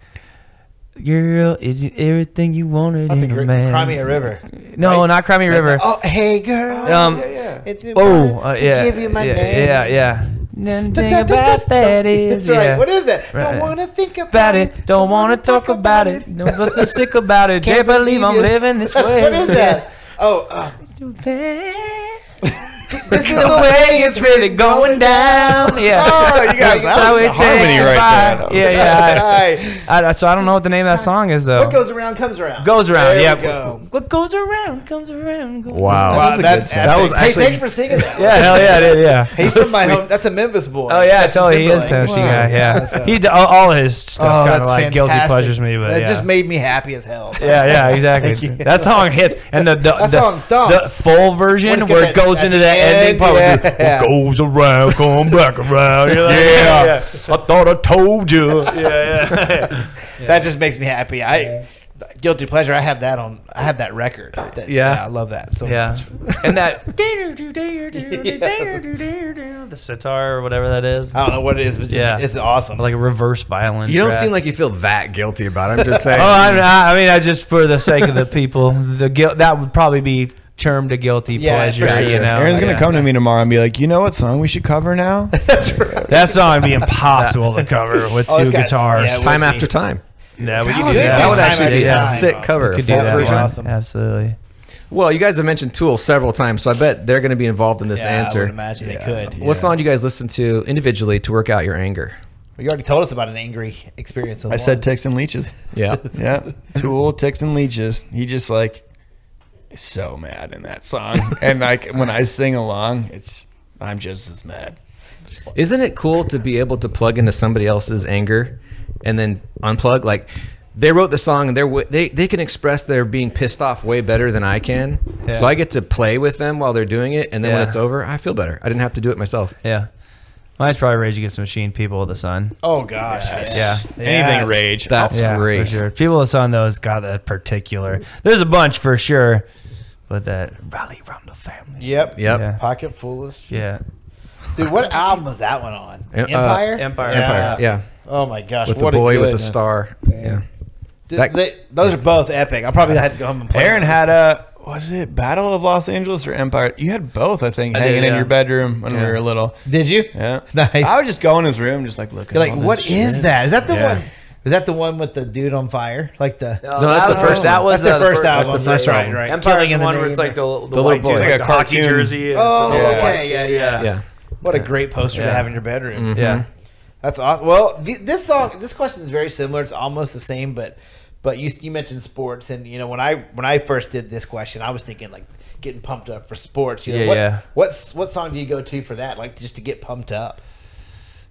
S5: "Girl, is you everything you wanted
S2: That's a
S5: in a
S2: great
S5: man."
S2: Cry Me a River.
S5: no, not Crimey River.
S2: Oh, hey girl.
S5: Um,
S2: It's a
S5: Oh,
S2: part
S5: uh,
S2: to
S5: yeah,
S2: Give you my
S5: yeah,
S2: name.
S5: yeah, yeah. Nothing
S2: Da, da, da, da,
S5: about that
S2: da.
S5: is
S2: That's right.
S5: yeah.
S2: What is that? Don't
S5: Right.
S2: want to think about,
S5: about it. Don't want to talk about it. No, but so sick about it. Can't believe I'm
S2: you-
S5: living this way.
S2: what is that? Oh, uh, this is
S5: The way it's really going down. Yeah.
S4: Oh, you guys,
S5: That's
S4: that
S5: how
S4: was
S5: we
S4: the
S5: say
S4: harmony right
S5: goodbye.
S4: there. That was
S5: Yeah,
S4: good.
S5: yeah. I, I, so I don't know what the name of that song is though.
S2: What goes around comes around.
S5: Oh. Goes around.
S2: There
S5: yeah.
S2: we go.
S5: What goes around comes around. Goes
S1: Wow.
S2: Wow,
S4: was a
S2: that's
S4: good song.
S2: epic.
S1: That was actually-
S2: Hey, thanks for singing that.
S5: Yeah. Hell yeah. It is, yeah.
S2: He's from my home. That's a Memphis boy.
S5: Oh yeah,
S2: Justin
S5: totally. He is
S2: Timberlake.
S5: Tennessee
S2: Wow.
S5: guy. Yeah.
S2: so-
S5: He d- all, all his stuff kind of like guilty
S2: Oh, fantastic.
S5: pleasures me, but
S2: that
S5: yeah.
S2: just made me happy as hell.
S5: Yeah, yeah, exactly.
S2: Thank you.
S5: That song hits, and the the, the,
S2: song thumps.
S5: the full version
S2: Let's get
S5: where
S2: that
S5: it goes
S2: at
S5: into
S2: the
S5: that
S2: end,
S5: ending part. where
S2: yeah.
S5: it goes around, come back around. You're like,
S4: Yeah.
S5: yeah. I thought I told you. Yeah, yeah.
S2: that just makes me happy. I guilty pleasure. I have that on. I have that record. That-
S1: Yeah.
S2: I love that so
S5: Yeah,
S2: much.
S5: and that the sitar or whatever that is,
S2: I don't know what it is, but just,
S5: Yeah.
S2: it's awesome.
S5: like a reverse violin.
S1: You don't
S5: track.
S1: seem like you feel that guilty about it. I'm just saying.
S5: Oh, I'm, I I mean, I just for the sake of the people, the guilt that would probably be termed a guilty
S2: Yeah,
S5: pleasure.
S2: for sure.
S5: You know,
S4: Aaron's gonna
S5: Yeah.
S4: come to me tomorrow and be like, "You know what song we should cover now?"
S5: That song would be impossible to cover with
S2: Oh,
S5: two
S2: it's got-
S5: guitars.
S2: yeah,
S1: time
S2: would be-
S1: after time.
S5: Yeah, we
S2: That
S5: could
S2: would
S5: do
S2: be
S5: that.
S1: That would
S2: Time
S1: actually be a
S2: after time.
S1: sick cover.
S5: could do
S1: full
S5: that
S1: version.
S5: one.
S2: awesome.
S5: Absolutely.
S1: Well, you guys have mentioned Tool several times, so I bet they're going to be involved in this
S2: Yeah, I
S1: answer.
S2: would imagine they could.
S1: What song do you guys listen to individually to work out your anger?
S2: You already told us about an angry experience. on
S4: I
S2: the
S4: said
S2: lawn.
S4: "Ticks and Leeches."
S1: Yeah.
S4: Yeah, Tool, Ticks and Leeches. He just like is so mad in that song, and like when I sing along, it's I'm just as mad.
S1: Isn't it cool to be able to plug into somebody else's anger and then unplug? Like they wrote the song and they're w- they they can express their being pissed off way better than I can. So I get to play with them while they're doing it, and then
S5: Yeah.
S1: when it's over, I feel better. I didn't have to do it myself.
S5: Yeah. Mine's probably Rage Against the Machine, People of the Sun.
S2: "Oh gosh,
S5: Yeah.
S4: Anything rage.
S1: That's
S5: yeah,
S1: great.
S5: For sure. People of the Sun, though, has got that particular. There's a bunch for sure, but that rally around the family.
S2: Yep.
S1: Yep.
S5: Yeah.
S2: Pocket foolish.
S5: Yeah.
S2: Dude, what album was that one on?
S1: Uh,
S2: Empire.
S5: Empire.
S1: Empire. Yeah.
S2: Oh my gosh.
S1: With
S2: what
S1: the
S2: a
S1: boy with the
S2: good-
S1: star. Yeah.
S2: Dude,
S1: That-
S2: they- those are both epic. I probably had to go home and play.
S4: Aaron
S2: them.
S4: had a was it Battle of Los Angeles or Empire? You had both, I think,
S5: I did,
S4: hanging in
S5: yeah.
S4: your bedroom when we were little.
S2: Did you?
S4: Yeah,
S2: Nice.
S4: I would just go in his room, just like looking.
S2: You're like, what is that? Is that the
S4: Yeah.
S2: one? Is that the one with the dude on fire? Like the
S1: No, that's the first.
S5: That was
S2: that's their
S5: the
S2: first
S5: that's
S2: album.
S5: the first
S2: That's right,
S5: album.
S2: right.
S5: Empire's
S2: Killing in the
S5: the one where it's
S2: Name.
S5: like the, the,
S1: little
S5: white
S1: boy.
S5: dude,
S1: It's
S4: like
S5: like
S4: a
S5: the hockey
S4: cartoon.
S5: jersey. and
S2: Oh,
S5: it's the little
S2: okay,
S5: white
S2: yeah,
S5: kid,
S2: yeah.
S1: yeah.
S2: What a great poster to
S5: Yeah.
S2: have in your bedroom.
S1: Mm-hmm.
S5: Yeah.
S2: That's awesome. Well, th- this song, this question is very similar. It's almost the same, but but you you mentioned sports, and you know when I when I first did this question, I was thinking like getting pumped up for sports. You know,
S5: Yeah,
S2: what,
S5: yeah.
S2: What's what song do you go to for that? Like just to get pumped up.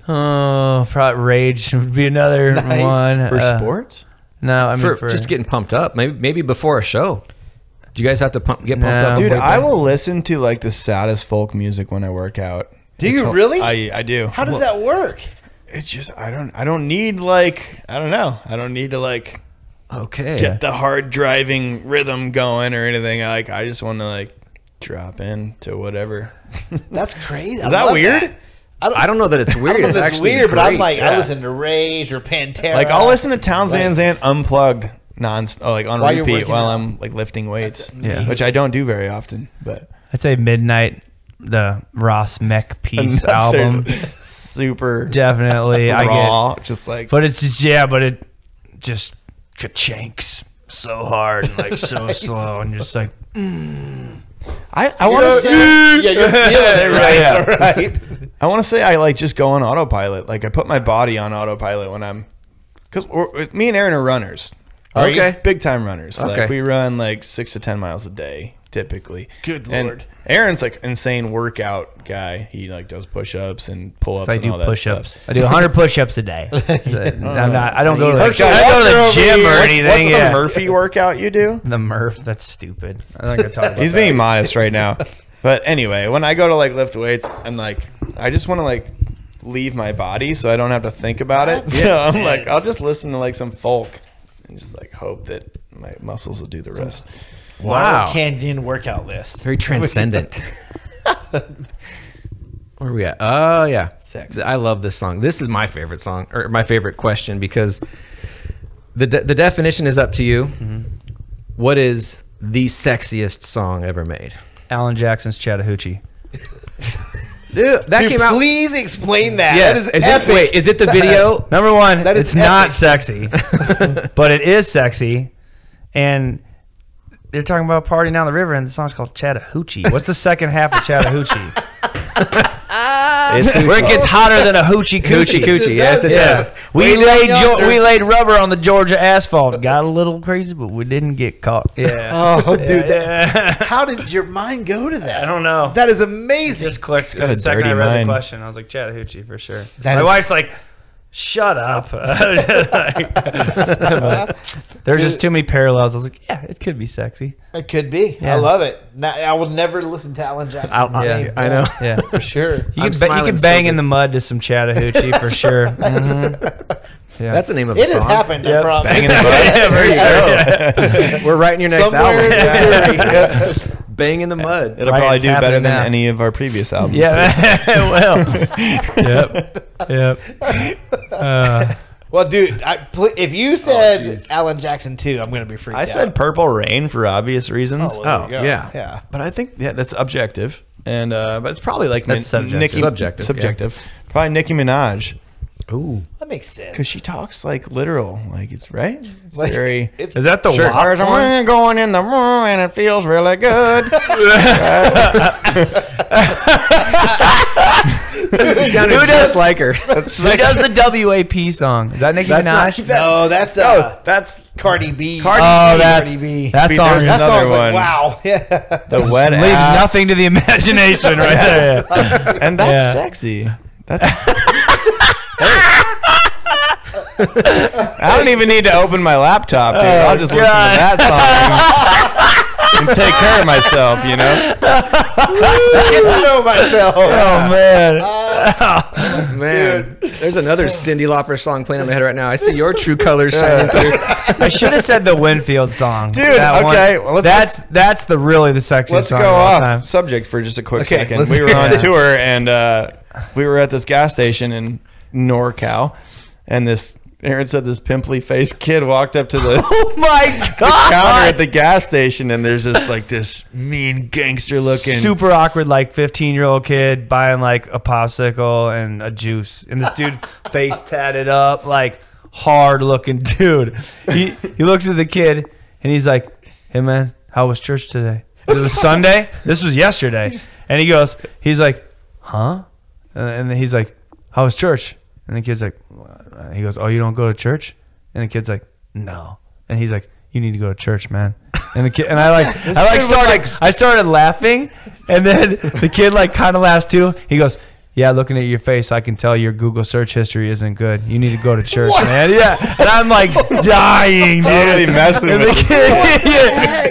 S5: Oh, probably Rage would be another
S2: Nice.
S5: one.
S4: for
S5: Uh,
S4: sports?
S5: No, I mean,
S1: for,
S5: for,
S1: just getting pumped up. Maybe maybe before a show. Do you guys have to pump, get pumped
S5: No.
S1: up?
S4: Dude,
S1: before-
S4: I will listen to like the saddest folk music when I work out.
S2: Do you really?
S4: I I do.
S2: How does that work?
S4: It's just I don't I don't need like I don't know I don't need to like
S1: okay.
S4: get the hard driving rhythm going or anything. I, like I just want to like drop in to whatever.
S2: That's crazy.
S4: Is that weird?
S1: I don't know that it's weird.
S2: I don't
S1: it's
S2: know if it's
S1: actually
S2: weird, but I'm
S1: great.
S2: like, I
S4: yeah.
S2: listen to Rage or Pantera.
S4: Like I'll listen to Towns
S2: Like-
S4: Van Zandt unplugged non oh, like on
S2: While you're
S4: repeat
S2: working
S4: while
S2: out.
S4: I'm like lifting weights,
S5: amazing.
S4: which I don't do very often. But
S5: I'd say Midnight, the Ross Mech Peace
S4: Another
S5: album.
S4: super
S5: Definitely. I get
S4: raw, just like
S5: But it's just, yeah, but it just ka-chanks so hard and like so slow and just like,
S4: I I want to say
S2: yeah, you're feeling it, right?
S4: Yeah.
S2: right.
S4: I want to say I like just go on autopilot. Like I put my body on autopilot when I'm because me and Aaron are runners.
S1: Are you? Okay.
S4: big time runners.
S1: Okay.
S4: Like we run like six to ten miles a day typically.
S2: Good
S4: And
S2: lord.
S4: Aaron's like insane workout guy. He like does push ups and pull ups.
S5: I
S4: and
S5: do
S4: all that
S5: push
S4: stuff.
S5: ups. I do 100 push ups a day. I'm not, I don't go to the, I
S4: Herschel
S5: don't go to the
S4: Walker over
S5: gym
S4: here.
S5: or
S4: What's-
S5: anything.
S4: What's
S5: yeah.
S4: the Murphy workout you do?
S5: The Murph, that's stupid. I'm not gonna talk about
S4: He's
S5: that.
S4: being modest right now. But anyway, when I go to like lift weights, I'm like, I just want to like leave my body so I don't have to think about it. So I'm like, I'll just listen to like some folk and just like hope that my muscles will do the rest.
S1: wow.
S2: Canyon workout list.
S1: Very transcendent. Where are we at? Oh yeah, I love this song. This is my favorite song or my favorite question because the de- the definition is up to you. What is the sexiest song ever made?
S5: Alan Jackson's Chattahoochee.
S1: Dude, that came out.
S2: Please explain that.
S1: Yes.
S2: That
S1: is
S2: is,
S1: it,
S2: epic.
S1: wait, is it the video?
S5: Number one,
S2: That is
S5: it's not
S2: epic.
S5: sexy, but it is sexy. And they're talking about partying down the river, and the song's called Chattahoochee. What's the second half of Chattahoochee?
S1: It's
S5: Where it gets hotter than a hoochie coochie.
S1: Hoochie coochie, yes, it
S5: Yeah.
S1: does.
S5: We
S1: Way
S5: laid
S1: down
S5: jo-
S1: yonder.
S5: we laid rubber on the Georgia asphalt. Got a little crazy, but we didn't get caught. Yeah.
S2: Oh, dude, that,
S5: I
S2: how did your mind go to that?
S5: don't know.
S2: That is amazing.
S5: just clicked.
S4: got a
S5: The second
S4: dirty
S5: I read
S4: mind.
S5: the question, I was like Chattahoochee for sure.
S2: That
S5: My
S2: is-
S5: wife's like, "Shut up." There's just too many parallels. I was like, "Yeah, it could be sexy."
S2: It could be.
S5: Yeah.
S2: I love it. Now, I will never listen to Alan Jackson.
S1: I'll-
S2: the
S1: I-
S2: same.
S1: I know.
S5: Yeah.
S2: for sure.
S5: You
S1: I'm
S5: could, ba- you
S1: smiling
S5: could bang
S1: so
S5: in
S1: big.
S5: the mud to some Chattahoochee for sure. Mhm. Yeah.
S1: That's the name of a
S2: It has
S1: Uh-huh. song.
S2: happened, I
S5: Yep.
S2: promise.
S4: Banging the
S5: Yeah,
S4: butt.
S5: very
S4: Yeah.
S1: We're writing your next
S2: Somewhere in
S1: album.
S2: the theory.
S1: Bang in the mud.
S4: It'll
S5: Right,
S4: probably
S5: it's
S4: do better
S5: happening
S4: than
S5: now.
S4: any of our previous albums.
S5: Yeah, well, yep, yep. Uh,
S2: Well, dude, I, pl- if you said Alan Jackson too, I'm gonna be freaked
S4: I
S2: out.
S4: said Purple Rain for obvious reasons.
S2: well,
S1: Oh,
S2: there you go.
S1: yeah.
S2: yeah.
S4: But I think yeah, that's objective, and uh, but it's probably like
S5: That's
S4: Min-
S5: subjective.
S4: Nicki-
S1: Subjective, yeah.
S4: subjective. Probably Nicki Minaj
S1: Ooh.
S2: That makes sense.
S4: because she talks like literal, like it's right. It's
S2: Like-
S4: very.
S2: It's
S5: is that the
S1: Sure.
S5: WAP
S4: There's a
S5: one?
S4: wind going in the room and it feels really good.
S1: You sounded just like her.
S5: Who does the WAP song? Is that Nicki
S1: That's
S5: Minaj?
S1: not-
S2: no, that's uh,
S4: That's
S2: Cardi B.
S5: Cardi
S2: oh,
S5: B.
S2: that's
S5: Cardi
S2: B.
S5: that
S4: Dude,
S5: song
S4: there's
S5: is
S2: that
S4: another
S2: song's like
S4: one.
S2: wow. Yeah.
S4: the wet
S5: leaves
S4: ass.
S5: nothing to the imagination right there.
S4: and that's
S5: Yeah.
S4: sexy. That's. I don't even need to open my laptop, dude.
S5: Oh,
S4: I'll just listen to that song and take care of myself, you know.
S2: I don't know myself.
S5: Oh man. Oh.
S1: Man, there's another Cindy Lauper song playing in my head right now. I see your true colors shining through.
S5: I should have said the Winfield song.
S4: Dude, okay, well, let's-
S5: that's that's the really the sexiest
S4: Let's
S5: song.
S4: go
S5: of all
S4: off
S5: time.
S4: subject for just a quick
S2: Okay,
S4: second.
S2: let's-
S4: We were on
S5: yeah.
S4: tour and uh, we were at this gas station in NorCal, and this Aaron said this pimply faced kid walked up to the.
S5: Oh my
S4: the
S5: god.
S4: counter at the gas station, and there's this like this mean gangster looking
S5: super awkward like 15 year old kid buying like a popsicle and a juice and this dude face tatted up like hard looking dude he, he looks at the kid and he's like hey man how was church today it was sunday this was yesterday and he goes he's like huh and, and then he's like how was church and the kid's like "What?" he goes oh you don't go to church and the kid's like no and he's like you need to go to church man and the kid and i like i like
S4: kid was
S5: started
S4: like
S5: I started laughing, and then the kid like kind of laughs too. He goes, "Yeah, looking at your face, I can tell your Google search history isn't good. You need to go to church, man." Yeah, and I'm like dying, dude.
S4: totally messing
S5: And the
S4: with.
S5: kid,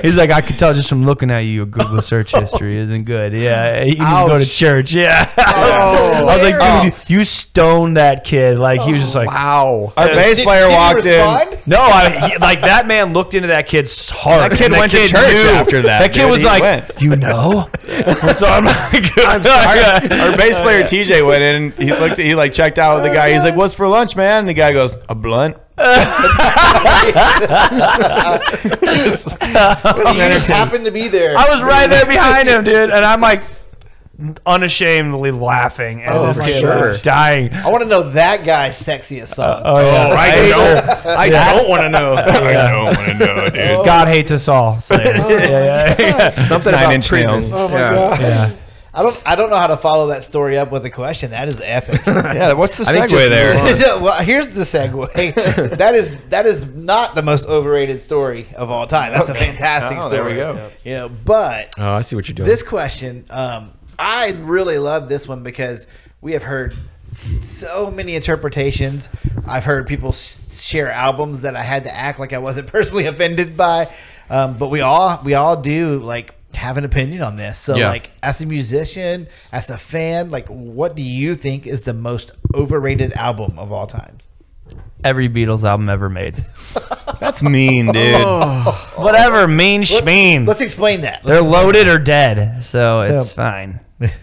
S5: he's like, "I could tell just from looking at you, your Google search history isn't good. Yeah, you need to go to church. Yeah."
S4: Oh,
S5: I was like, "Dude, you, you stoned that kid." Like he was
S4: Oh,
S5: just like.
S1: Wow.
S4: Our bass player
S2: Did you
S4: walked in.
S2: respond?
S5: No, I he- like that man looked into that kid's heart.
S4: That kid
S5: and
S4: went to church after that,
S5: That kid
S4: dude.
S5: was
S4: He
S5: like,
S4: went.
S5: "You know." so I'm like, "I'm
S4: Our
S5: Oh,
S4: bass player TJ went in. He looked. He like checked out with the guy. He's like, "What's for lunch, man?" And the guy goes, "A blunt."
S2: You just happened to be there.
S5: I was right there behind him, dude, and I'm like unashamedly laughing and
S2: Oh,
S5: this
S2: my
S5: kid
S1: gosh.
S5: was dying.
S2: I want to know that guy's sexiest song.
S5: Oh, yeah.
S4: I don't.
S1: I don't want to know.
S5: Yeah.
S4: want to know, dude.
S5: God hates us all. So, Oh, yeah, yeah, yeah.
S1: Something
S4: Nine
S1: about
S4: Inch
S1: prison.
S4: Nails.
S2: oh my
S1: Yeah.
S2: god.
S5: Yeah.
S2: I don't. I don't know how to follow that story up with a question. That is epic.
S4: Yeah, what's the
S1: I think
S4: segue
S1: just
S4: there?
S1: move on.
S2: well, here's the segue. that is that is not the most overrated story of all time. That's a fantastic
S4: Oh,
S2: story.
S4: there we go.
S2: You know, but
S1: Oh, I see what you're doing.
S2: this question, um, I really love this one because we have heard so many interpretations. I've heard people s- share albums that I had to act like I wasn't personally offended by, um, but we all we all do like have an opinion on this. So
S1: Yeah.
S2: like as a musician, as a fan, like what do you think is the most overrated album of all times?
S5: Every Beatles album ever made.
S4: That's mean, dude.
S5: Whatever, mean schmeen.
S2: Let's explain that.
S5: They're loaded or dead, so it's fine.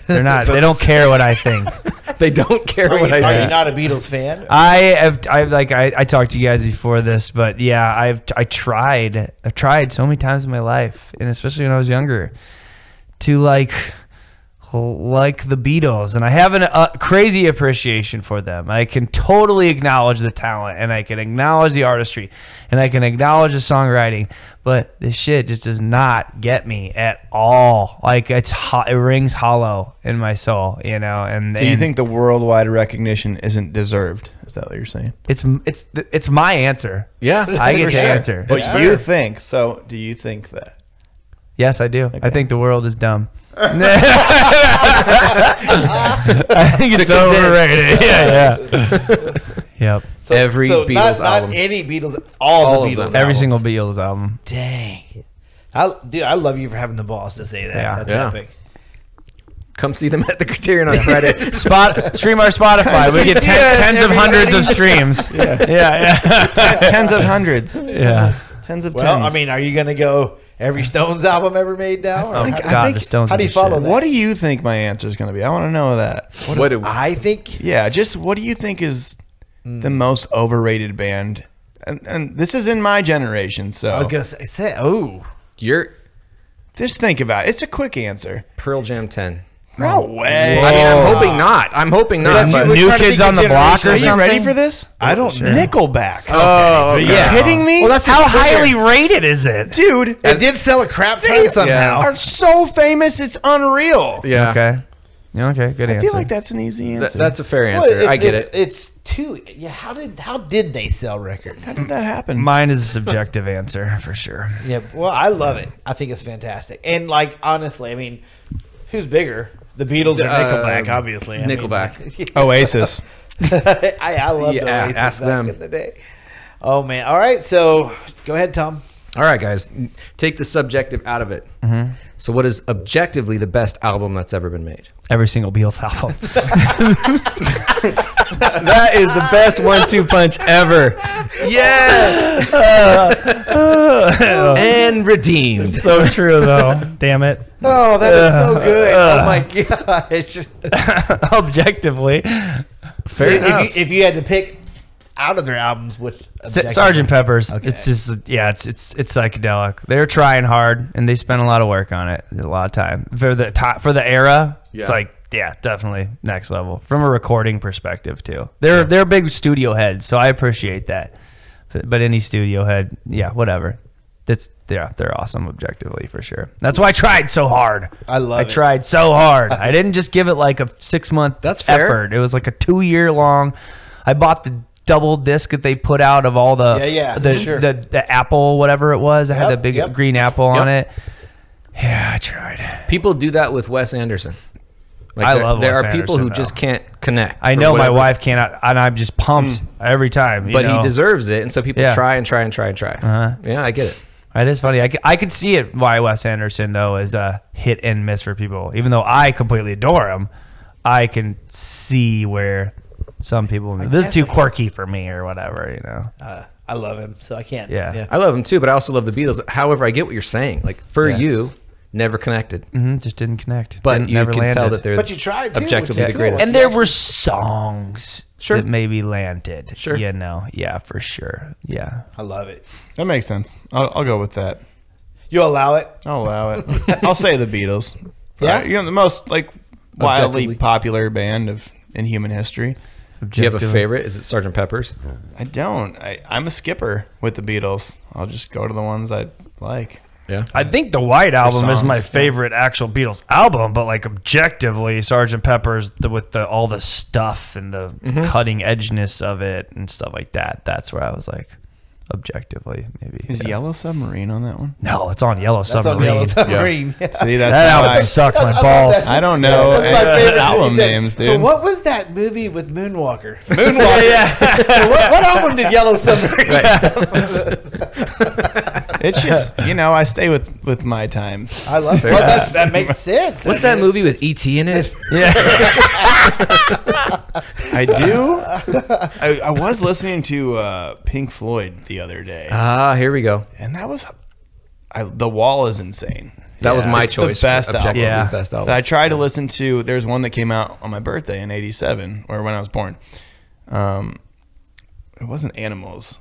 S5: They're not. They don't care what I think.
S1: they don't care
S2: Are you,
S1: what I
S2: are you
S1: think.
S2: not a Beatles fan?
S5: I have. I've like. I, I talked to you guys before this, but yeah, I've. I tried. I've tried so many times in my life, and especially when I was younger, to like like the Beatles, and I have a uh, crazy appreciation for them. I can totally acknowledge the talent, and I can acknowledge the artistry, and I can acknowledge the songwriting. But this shit just does not get me at all. Like it's ho- it rings hollow in my soul, you know. And
S4: Do you
S5: and
S4: think the worldwide recognition isn't deserved? Is that what you're saying?
S5: it's it's it's my answer?
S1: Yeah,
S5: I get to answer.
S4: What you think? So, do you think that?
S5: Yes, I do. I think the world is dumb. I think it's overrated. Yeah, yeah. yep.
S2: So,
S1: Every
S2: so not,
S1: Beatles album.
S2: not any Beatles, all,
S1: All
S2: the
S1: of
S2: Beatles,
S1: them.
S2: albums.
S5: Every single Beatles album.
S2: Dang. I, dude, I love you for having the balls to say that.
S5: Yeah.
S2: That's
S1: Yeah.
S2: epic.
S1: Come see them at the Criterion on Friday.
S5: Spot stream our Spotify. We
S1: You
S5: get
S1: see
S5: ten,
S1: us,
S5: tens of hundreds of
S1: everybody.
S5: streams. yeah, yeah,
S4: tens of hundreds,
S5: yeah. yeah.
S4: tens of
S2: Well,
S4: tens.
S2: I mean, are you going to go every Stones album ever made now? Or
S5: Oh
S2: how-
S5: God, the Stones.
S2: how do
S5: are
S2: you
S5: the
S2: follow
S5: shit.
S2: that?
S4: what do you think my answer is going to be? I want to know that.
S1: what, what do-
S2: I think
S4: Yeah, just what do you think is the most overrated band? And, and this is in my generation, so
S2: I was going to say, say oh,
S1: you're
S4: just think about it. It's a quick answer.
S1: Pearl Jam 10.
S4: No way.
S1: I mean, I'm hoping not. I'm hoping not.
S2: That's-
S1: but-
S2: we're
S5: New
S2: trying to
S5: Kids
S2: think
S5: on
S2: of
S5: the Block
S4: Are
S5: or
S2: generations.
S4: you
S5: something.
S4: ready for this? I don't. Nickelback.
S1: oh,
S4: Are you
S1: yeah.
S4: kidding me?
S1: Well, that's
S3: How
S1: just clear.
S3: highly rated is it?
S4: dude.
S2: it did sell a crap
S4: They
S2: ton somehow.
S4: are so famous, it's unreal.
S1: Yeah.
S5: Okay. Yeah, okay. Good
S4: I
S5: answer.
S4: feel like that's an easy
S1: That-
S4: answer.
S1: that's a fair
S2: Well,
S1: answer.
S2: it's-
S1: I get
S2: it's-
S1: it.
S2: It's too. Yeah, how did how did they sell records?
S4: How did that happen?
S5: Mine is a subjective answer for sure.
S2: Yeah, well, I love it. I think it's fantastic. And like honestly, I mean, who's bigger? The Beatles or Nickelback,
S1: Uh,
S2: obviously. I mean,
S1: Nickelback.
S4: Oh, Oasis.
S2: I, I love
S1: Yeah,
S2: Oasis
S1: ask
S2: back
S1: them.
S2: in the day. Oh man! All right, so go ahead, Tom.
S1: All right, guys, n- take the subjective out of it.
S5: Mm-hmm.
S1: So, what is objectively the best album that's ever been made?
S5: Every single Beatles album.
S1: that is the best one-two punch ever. Yes. and redeemed.
S5: so true though. Damn it.
S2: Oh, that is so good! oh my gosh!
S5: Objectively,
S1: Fair
S2: if, you, if you had to pick out of their albums, which
S5: S- Sergeant Pepper's. It's just yeah. It's it's it's psychedelic. They're trying hard and they spent a lot of work on it. A lot of time for the top for the era. It's
S1: Yeah.
S5: like yeah, definitely next level from a recording perspective too. They're they're big studio heads, so I appreciate that. But, but any studio head, yeah, whatever. That's yeah, they're awesome objectively for sure. That's why I tried so hard.
S2: I love
S5: I
S2: it.
S5: tried so hard. I didn't just give it like a six month
S1: That's fair.
S5: effort. It was like a two year long. I bought the double disc that they put out of all the
S2: Yeah, yeah,
S5: the,
S2: sure.
S5: the the apple whatever it was. I
S2: Yep,
S5: had that big
S2: yep.
S5: green apple on
S1: Yep.
S5: it. Yeah, I tried.
S1: People do that with Wes Anderson. Like
S5: I
S1: there,
S5: love
S1: There
S5: Wes
S1: are people
S5: Anderson,
S1: who
S5: though.
S1: just can't connect.
S5: I
S1: for
S5: know
S1: whatever-
S5: my wife cannot, and I'm just pumped
S2: Mm.
S5: every time. you
S1: but
S5: know?
S1: he deserves it, and so people
S5: Yeah.
S1: try and try and try and try.
S5: Uh-huh.
S1: Yeah, I get it.
S5: It is funny. I, c- I could see it why Wes Anderson though is a hit and miss for people. Even though I completely adore him, I can see where some people this is
S2: guess
S5: too
S2: I can-
S5: quirky for me or whatever. You know.
S2: Uh, I love him, so I can't.
S5: Yeah.
S1: I love him too, but I also love the Beatles. However, I get what you're saying. Like for
S5: Yeah.
S1: you, never connected,
S5: hmm just didn't connect.
S1: but
S5: didn't,
S1: you
S5: never
S1: can
S5: landed.
S1: tell that they're
S2: But you tried too, which
S1: objectively
S2: is
S1: the
S2: cool.
S1: greatest.
S5: and there were songs
S1: Sure.
S5: that maybe landed.
S1: Sure.
S5: You know. Yeah, for sure. Yeah.
S2: I love it.
S4: That makes sense. I'll, I'll go with that.
S2: You allow it?
S4: I'll allow it. I'll say the Beatles.
S2: Yeah?
S4: Uh, you know the most like
S1: Objectively.
S4: wildly popular band of in human history.
S1: Do you have a
S5: Objectively.
S1: favorite? Is it Sergeant Pepper's?
S4: I don't. I, I'm a skipper with the Beatles. I'll just go to the ones I like.
S1: Yeah.
S5: I think the White Album is my
S4: songs, yeah.
S5: favorite actual Beatles album, but like objectively, Sgt. Pepper's the, with the all the stuff and the cutting edgeness of it and stuff like that. That's where I was like, objectively, maybe.
S4: Is
S5: yeah.
S4: Yellow Submarine on that one?
S5: No, it's on Yellow
S2: That's
S5: Submarine.
S2: on Yellow Submarine.
S4: See, that's
S5: That
S4: why-
S5: album sucks my balls.
S4: I don't know
S2: That's my favorite
S4: album
S2: movie. He said,
S4: names, dude.
S2: So what was that movie with Moonwalker? Moonwalker. what, what album did Yellow Submarine?
S4: It's just you know I stay with with my time.
S2: I love. Well, that's, that makes sense.
S1: What's that movie with ET in it?
S5: Yeah.
S4: I do. I, I was listening to uh, Pink Floyd the other day,
S1: Ah, here we go.
S4: and that was I, the Wall is insane.
S1: That was
S4: It's-
S1: my
S4: it's
S1: choice.
S4: The best album.
S1: objectively
S5: Yeah.
S1: best
S4: I
S1: album.
S4: tried to listen to. There's one that came out on my birthday in '87, or when I was born. Um, it wasn't Animals.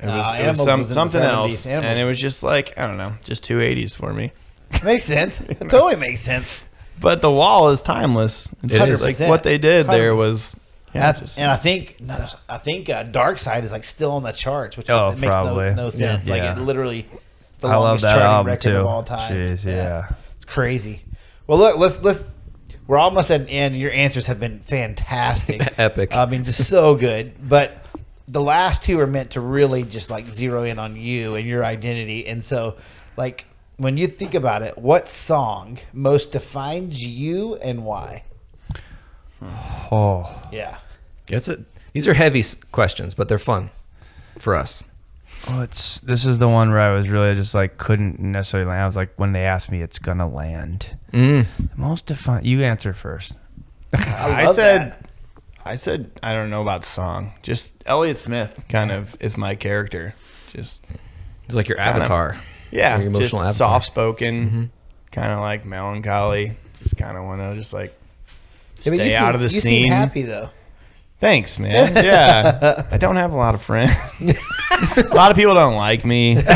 S4: It
S2: Nah,
S4: was, it was
S2: Animals
S4: some-
S2: was in the
S4: something
S2: 70s.
S4: else,
S2: Animals.
S4: and it was just like I don't know, just two '80s for me.
S2: Makes sense. It totally makes sense.
S4: But the wall is timeless. It's
S1: It
S4: just,
S1: is.
S4: Like what they did there
S2: 100%.
S4: was.
S2: And
S4: Yeah,
S2: I,
S4: just-
S2: and I think not- I think uh, Dark Side is like still on the charts, which is,
S5: Oh,
S2: it makes no,
S5: probably.
S2: no sense.
S5: Yeah.
S2: Like
S5: Yeah.
S2: it literally, the
S5: I love
S2: longest
S5: that
S2: charting
S5: album
S2: record
S5: too.
S2: of all time.
S5: Jeez, yeah.
S2: It's crazy. Well, look, let's let's. We're almost at an end. Your answers have been fantastic,
S1: Epic.
S2: I mean, just so good. But the last two are meant to really just like zero in on you and your identity. And so, like when you think about it, what song most defines you and why?
S5: Oh.
S2: Yeah.
S1: That's it. These are heavy s- questions, but they're fun for us.
S5: Well, oh, it's this is the one where I was really just like couldn't necessarily land. I was like, when they asked me, it's gonna land.
S1: Mm.
S5: Most defined. You answer first.
S4: I,
S2: love
S4: said,
S2: that.
S4: I said, I don't know about song. Just Elliot Smith kind of is my character. Just
S1: It's like your
S4: Kinda.
S1: avatar.
S4: yeah,
S1: Your emotional
S4: just
S1: avatar.
S4: soft spoken,
S2: Mm-hmm.
S4: kind of like melancholy. Just kind of want to just like
S2: Yeah,
S4: stay
S2: but you seem-
S4: out of the
S2: you
S4: scene.
S2: seem happy though.
S4: Thanks, man. Yeah, I don't have a lot of friends. a lot of people don't like me.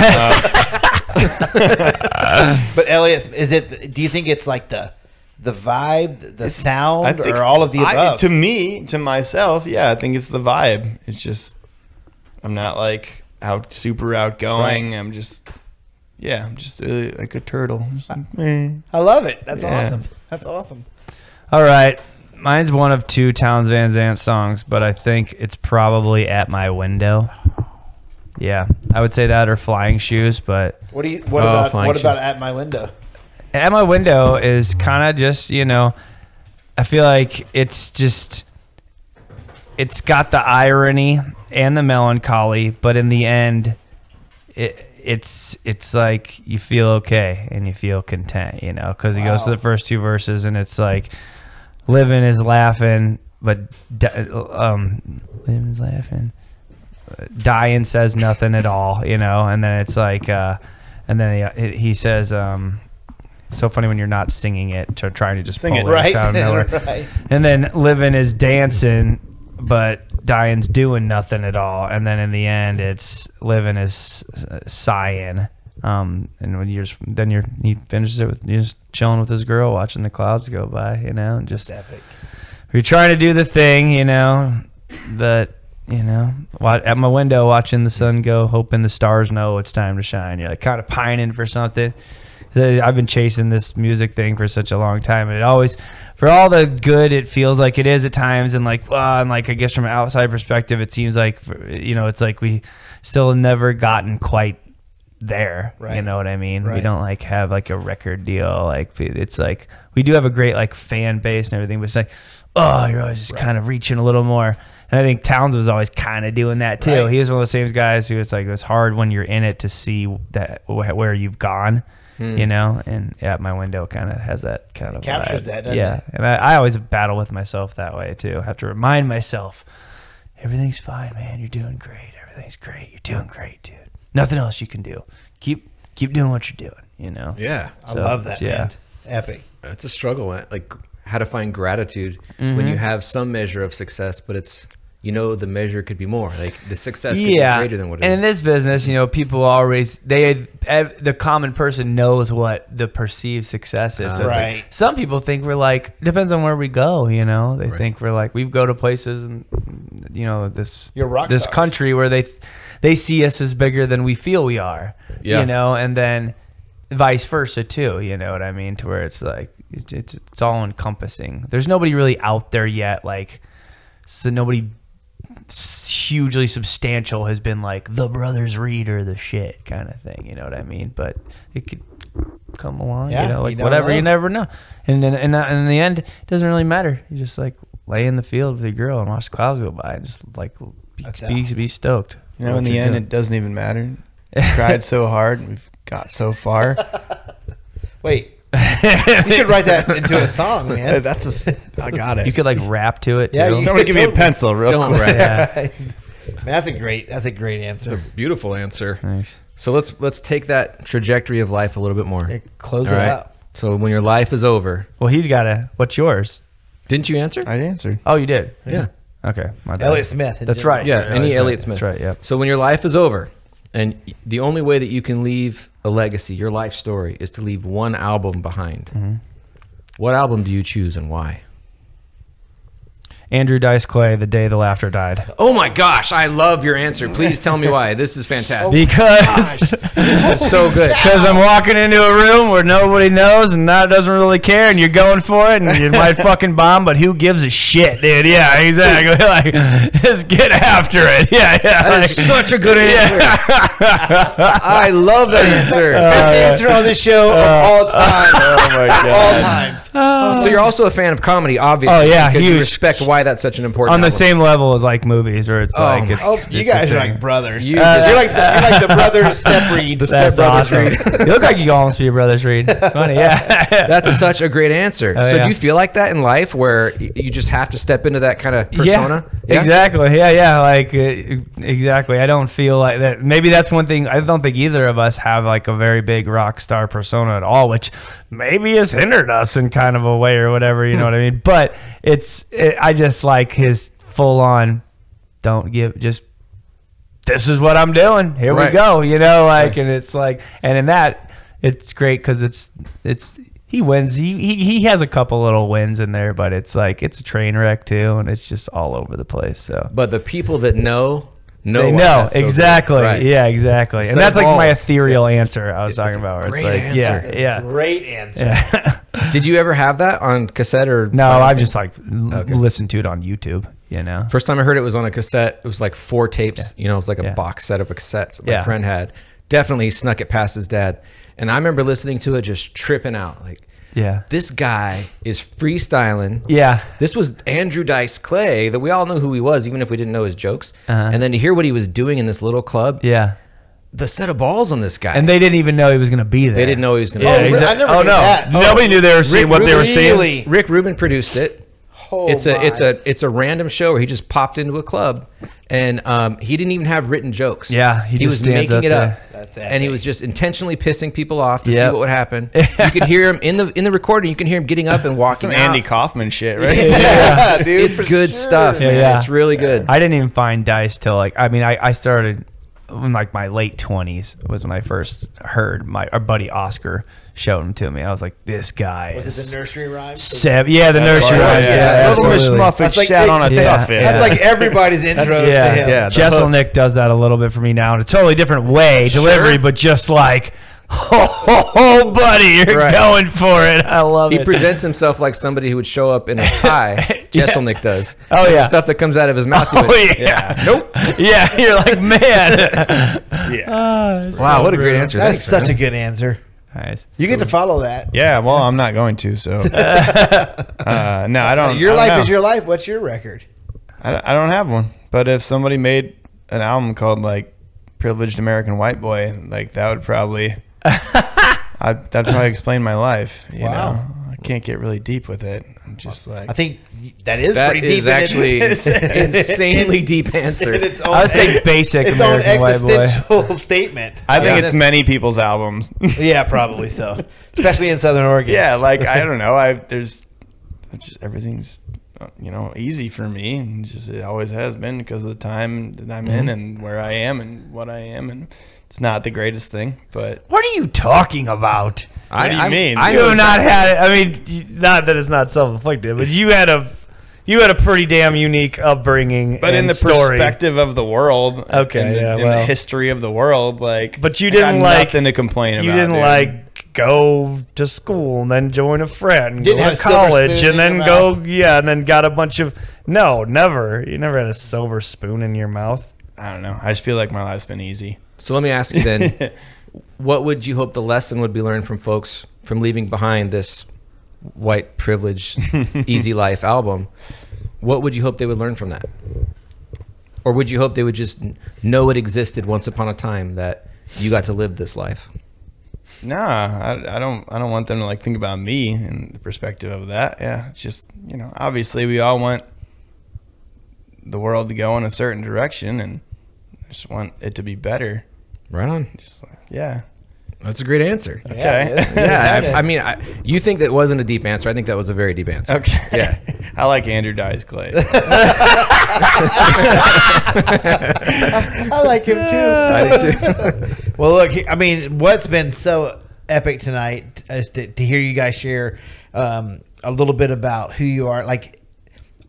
S4: Uh,
S2: But Elliot, is it? Do you think it's like the the vibe, the sound,
S4: I think
S2: or all of the
S4: I-
S2: above?
S4: to me, to myself, yeah, I think it's the vibe. It's just I'm not like out super outgoing. I'm just yeah, I'm just uh, like a turtle. Just like, eh.
S2: I love it. That's
S4: Yeah.
S2: awesome. That's awesome.
S5: All right. Mine's one of two Towns Van Zant songs, but I think it's probably at my window. Yeah, I would say that or Flying Shoes, but
S2: What do you? What
S1: Oh,
S2: about?
S1: flying
S2: What about
S1: shoes.
S2: at my window?
S5: at my window is kind of just you know i feel like it's just it's got the irony and the melancholy but in the end it it's it's like you feel okay and you feel content you know because he goes to
S2: Wow.
S5: the first two verses and it's like living is laughing but di- um living is laughing dying says nothing at all you know and then it's like uh and then he, he says um so funny when you're not singing it or trying to just
S4: Sing it,
S5: pull
S2: Right.
S5: out of nowhere.
S2: right.
S5: And then living is dancing, but dying's doing nothing at all. And then in the end, it's living is uh, sighing. Um, and when you're just- then you're he finishes it with you're just chilling with his girl, watching the clouds go by, you know, and just
S2: It's epic.
S5: you're trying to do the thing, you know, but you know, wa- at my window watching the sun go, hoping the stars know it's time to shine. You're like kind of pining for something. The- I've been chasing this music thing for such a long time, and it always, for all the good it feels like it is at times, and like, ah, and like I guess from an outside perspective, it seems like, for- you know, it's like we still never gotten quite there. You
S2: Right.
S5: know what I mean? We
S2: Right.
S5: don't like have like a record deal. Like it's like we do have a great like fan base and everything, but it's like, oh, you're always just kind of reaching a little more. And I think Towns was always kind of doing that too.
S2: Right.
S5: He was one of those same guys who it's like it's hard when you're in it to see that wh- where you've gone.
S2: Hmm.
S5: You know, and at my window kind of has that kind of
S2: captures
S5: vibe.
S2: that, doesn't
S5: yeah.
S2: it?
S5: And I, I always battle with myself that way too. I have to remind myself, everything's fine, man. You're doing great. Everything's great. You're doing great, dude. Nothing else you can do. Keep keep doing what you're doing. You know.
S1: Yeah.
S2: I
S5: So,
S2: love that.
S5: yeah.
S2: Man. Epic.
S1: It's a struggle, eh? like how to find gratitude
S5: Mm-hmm.
S1: when you have some measure of success, but it's you know the measure could be more. Like the success could be greater than what it is.
S5: and in this business, you know, people always they ev- the common person knows what the perceived success is. So it's like,
S2: Right.
S5: some people think we're like depends on where we go. You know, they think we're like we go to places and you know this
S2: You're rock
S5: this
S2: stars.
S5: country where they they see us as bigger than we feel we are.
S1: Yeah.
S5: You know, and then vice versa too. You know what I mean? To where it's like it's it's, it's all encompassing. There's nobody really out there yet. Like so nobody hugely substantial has been like the brothers read or the shit kind of thing you know what i mean but it could come along
S2: Yeah,
S5: you know
S2: you
S5: like
S2: never
S5: whatever you
S2: know.
S5: never know and then and, uh, in the end it doesn't really matter you just like lay in the field with your girl and watch the clouds go by and just like be,
S2: That's
S5: be, be stoked
S4: You know,
S5: What
S4: in the
S5: you're
S4: end,
S5: doing.
S4: it doesn't even matter. We tried so hard, and we've got so far.
S2: Wait. you should write that into a song,
S4: Hey,
S2: man.
S4: That's a. s- I got it.
S5: you could like rap to it too
S2: Yeah, you
S4: Somebody give me a
S2: Totally.
S4: pencil, real
S1: Don't
S4: quick.
S1: write.
S5: yeah.
S2: Man, that's a great. That's a great answer.
S1: Beautiful answer.
S5: nice
S1: So let's let's take that trajectory of life a little bit more.
S2: Hey, Close
S1: All
S2: it
S1: right?
S2: up.
S1: So when your life is over,
S5: well he's got a what's yours
S1: didn't you answer?
S4: I answered.
S5: oh you did
S1: yeah.
S5: okay my bad.
S2: Elliot Smith. in
S5: that's
S2: general.
S5: right
S1: Yeah, any Elliot Smith.
S5: that's right yep
S1: So when your life is over, and the only way that you can leave a legacy, your life story, is to leave one album behind.
S5: Mm-hmm.
S1: What album do you choose and why?
S5: andrew dice clay the day the laughter died
S1: Oh my gosh, I love your answer. Please tell me why. This is
S2: Oh
S1: fantastic.
S5: because
S1: This is so good.
S5: Because I'm walking into a room where nobody knows and that doesn't really care, and you're going for it, and you might fucking bomb, but who gives a shit, dude? Yeah, exactly. Like, just get after it. Yeah, yeah.
S1: That is
S5: like-
S1: such a good answer. I love that answer.
S4: Uh,
S5: Oh,
S2: Best answer on the show of all time.
S4: Oh my
S2: all
S4: god.
S2: times.
S1: so you're also a fan of comedy, obviously.
S5: Oh, yeah,
S1: because you
S5: huge.
S1: respect why that's such an important
S5: on the
S1: album.
S5: same level as like movies where it's
S1: Oh
S5: like
S1: my
S5: it's,
S2: Oh,
S5: it's
S2: you
S5: a
S2: guys are
S5: thing.
S2: like brothers.
S1: You
S2: You, are like the, you're like the brothers step read.
S1: The
S5: That's
S1: Stepbrother
S5: awesome. you look like you could almost be a brothers read. It's funny, yeah.
S1: That's such a great answer.
S5: Oh,
S1: so
S5: yeah.
S1: do you feel like that in life where y- you just have to step into that kind of persona?
S5: Yeah, exactly. Yeah, yeah. Like uh, exactly. I don't feel like that. Maybe that's one thing. I don't think either of us have like a very big rock star persona at all, which maybe has hindered us in kind of a way or whatever.
S1: Hmm.
S5: You know what I mean? But it's. It, I just like his full on. Don't give. Just. This is what I'm doing. Here
S1: Right.
S5: we go. You know, like, and it's like, and in that, it's great because it's it's. He wins. He, he he has a couple little wins in there, but it's like it's a train wreck too, and it's just all over the place. So
S1: But the people that know know.
S5: they
S1: why
S5: know
S1: that's so good.
S5: exactly.
S1: Right.
S5: Yeah, exactly.
S1: Set
S5: and that's like my
S1: balls.
S5: ethereal answer I was
S1: It's
S5: talking
S1: a
S5: about. Where it's
S1: great
S5: like,
S1: answer.
S5: yeah, yeah.
S2: Great answer.
S5: yeah.
S1: Did you ever have that on cassette or?
S5: no,
S1: or
S5: I've
S1: anything?
S5: just like l-
S1: Okay.
S5: listened to it on YouTube. You know.
S1: First time I heard it was on a cassette. It was like four tapes. You know, it was like a
S5: Yeah.
S1: box set of cassettes that my
S5: Yeah.
S1: friend had. Definitely snuck it past his dad. And I remember listening to it, just tripping out. Like,
S5: yeah.
S1: this guy is freestyling.
S5: Yeah.
S1: This was Andrew Dice Clay that we all knew who he was, even if we didn't know his jokes.
S5: Uh-huh.
S1: And then to hear what he was doing in this little club,
S5: Yeah.
S1: the set of balls on this guy.
S5: And they didn't even know he was gonna be there.
S1: They didn't know he was going to.
S5: Yeah,
S2: Oh,
S5: exactly.
S2: I never
S5: oh
S2: knew
S5: no,
S2: that. Oh.
S5: nobody knew they were seeing what they were seeing.
S2: Really?
S1: Rick Rubin produced it.
S2: Oh,
S1: it's a it's
S2: my.
S1: a it's a random show where he just popped into a club, and um, he didn't even have written jokes.
S5: Yeah, he
S1: he,
S5: just
S1: was
S5: stands
S1: making
S5: up
S1: it up,
S5: there.
S2: That's
S1: and he was just intentionally pissing people off to see
S5: Yep.
S1: what would happen. you could hear him in the in the recording. You can hear him getting up and walking
S4: Some
S1: out.
S4: Andy Kaufman shit, right?
S2: yeah, dude.
S1: it's
S2: for
S1: good
S2: sure.
S1: stuff,
S5: Yeah,
S1: man.
S5: yeah.
S1: It's really good.
S5: I didn't even find Dice till like I mean I, I started in like my late twenties was when I first heard my our buddy Oscar showed him to me. I was like, this guy
S2: Was it
S5: is
S2: the nursery rhyme?
S5: sev- yeah the nursery
S4: Yeah,
S5: rhymes.
S4: yeah,
S5: Yeah,
S4: Little Miss
S5: absolutely.
S4: Muffet
S2: That's like
S4: sat on a
S5: Yeah,
S4: tuffet.
S5: yeah.
S2: That's like everybody's intro.
S5: Yeah,
S2: to him.
S1: yeah. the
S5: Jessel Nick does that a little bit for me now in a totally different way, delivery, but just like, oh, buddy, you're
S1: Right.
S5: going for it. I love
S1: He
S5: it.
S1: presents himself like somebody who would show up in a tie.
S5: Yeah.
S1: Jesselnick does.
S5: Oh,
S1: The
S5: yeah.
S1: stuff that comes out of his mouth. you
S5: Oh
S1: would-
S5: yeah,
S1: Nope.
S5: yeah. You're like, man.
S4: yeah.
S5: Ah, it's
S1: Wow,
S5: so
S1: what a great
S5: brutal.
S1: answer.
S2: That's
S1: Thanks,
S2: such
S1: man.
S2: a good answer.
S5: Nice.
S2: You get to follow that.
S4: Yeah, well, I'm not going to. So, uh, no, I don't. I
S2: Your
S4: don't
S2: life
S4: know.
S2: is your life. What's your record?
S4: I don't, I don't have one. But if somebody made an album called like "Privileged American White Boy," like that would probably, I, that'd probably explain my life. You
S2: Wow.
S4: know, I can't get really deep with it. I'm just like,
S2: I think that is
S1: That
S2: pretty
S1: is
S2: deep.
S1: actually
S2: in its-
S1: insanely deep answer.
S2: in its own,
S5: I would say basic
S2: its own
S5: American white boy.
S2: existential statement.
S4: I think
S1: Yeah.
S4: it's many people's albums.
S2: yeah, probably so, especially in Southern Oregon.
S4: yeah, like I don't know. I there's it's just everything's uh, you know easy for me, and just it always has been because of the time that I'm
S1: Mm-hmm.
S4: in and where I am and what I am, and it's not the greatest thing, but
S5: What are you talking about?
S1: I,
S4: do you
S1: I'm-
S4: mean?
S1: I
S5: you
S1: know
S5: have not
S1: exactly-
S5: had. I mean, y- not that it's not self-inflicted, but you had a, you had a pretty damn unique upbringing.
S4: but in
S5: and
S4: the
S5: story.
S4: perspective of the world,
S5: Okay,
S4: in the,
S5: yeah,
S4: in the
S5: well.
S4: history of the world, like,
S5: But you
S4: I got
S5: didn't, like-
S4: nothing to complain about.
S5: you didn't
S4: dude.
S5: like go to school and then join a frat and
S2: Didn't
S5: go
S2: have
S5: to
S2: a silver
S5: college
S2: spoon
S5: and
S2: in
S5: then
S2: your
S5: go
S2: mouth.
S5: yeah and then got a bunch of no never you never had a silver spoon in your mouth
S4: I don't know. I just feel like my life's been easy.
S1: So let me ask you then, what would you hope the lesson would be learned from folks from leaving behind this white privilege, easy life album? What would you hope they would learn from that? Or would you hope they would just n- know it existed once upon a time that you got to live this life?
S4: Nah, I, I don't. I don't want them to like think about me and the perspective of that. Yeah, it's just you know, obviously we all want the world to go in a certain direction, and I just want it to be better.
S1: Right on.
S4: Just like yeah,
S1: That's a great answer.
S4: okay,
S1: Yeah, I, I mean, I, you think that wasn't a deep answer. I think that was a very deep answer.
S4: okay,
S1: Yeah.
S4: I like Andrew Dice Clay.
S2: I like him
S1: I
S2: too.
S1: do too.
S2: well, look, he- I mean, what's been so epic tonight is to, to hear you guys share um, a little bit about who you are. Like,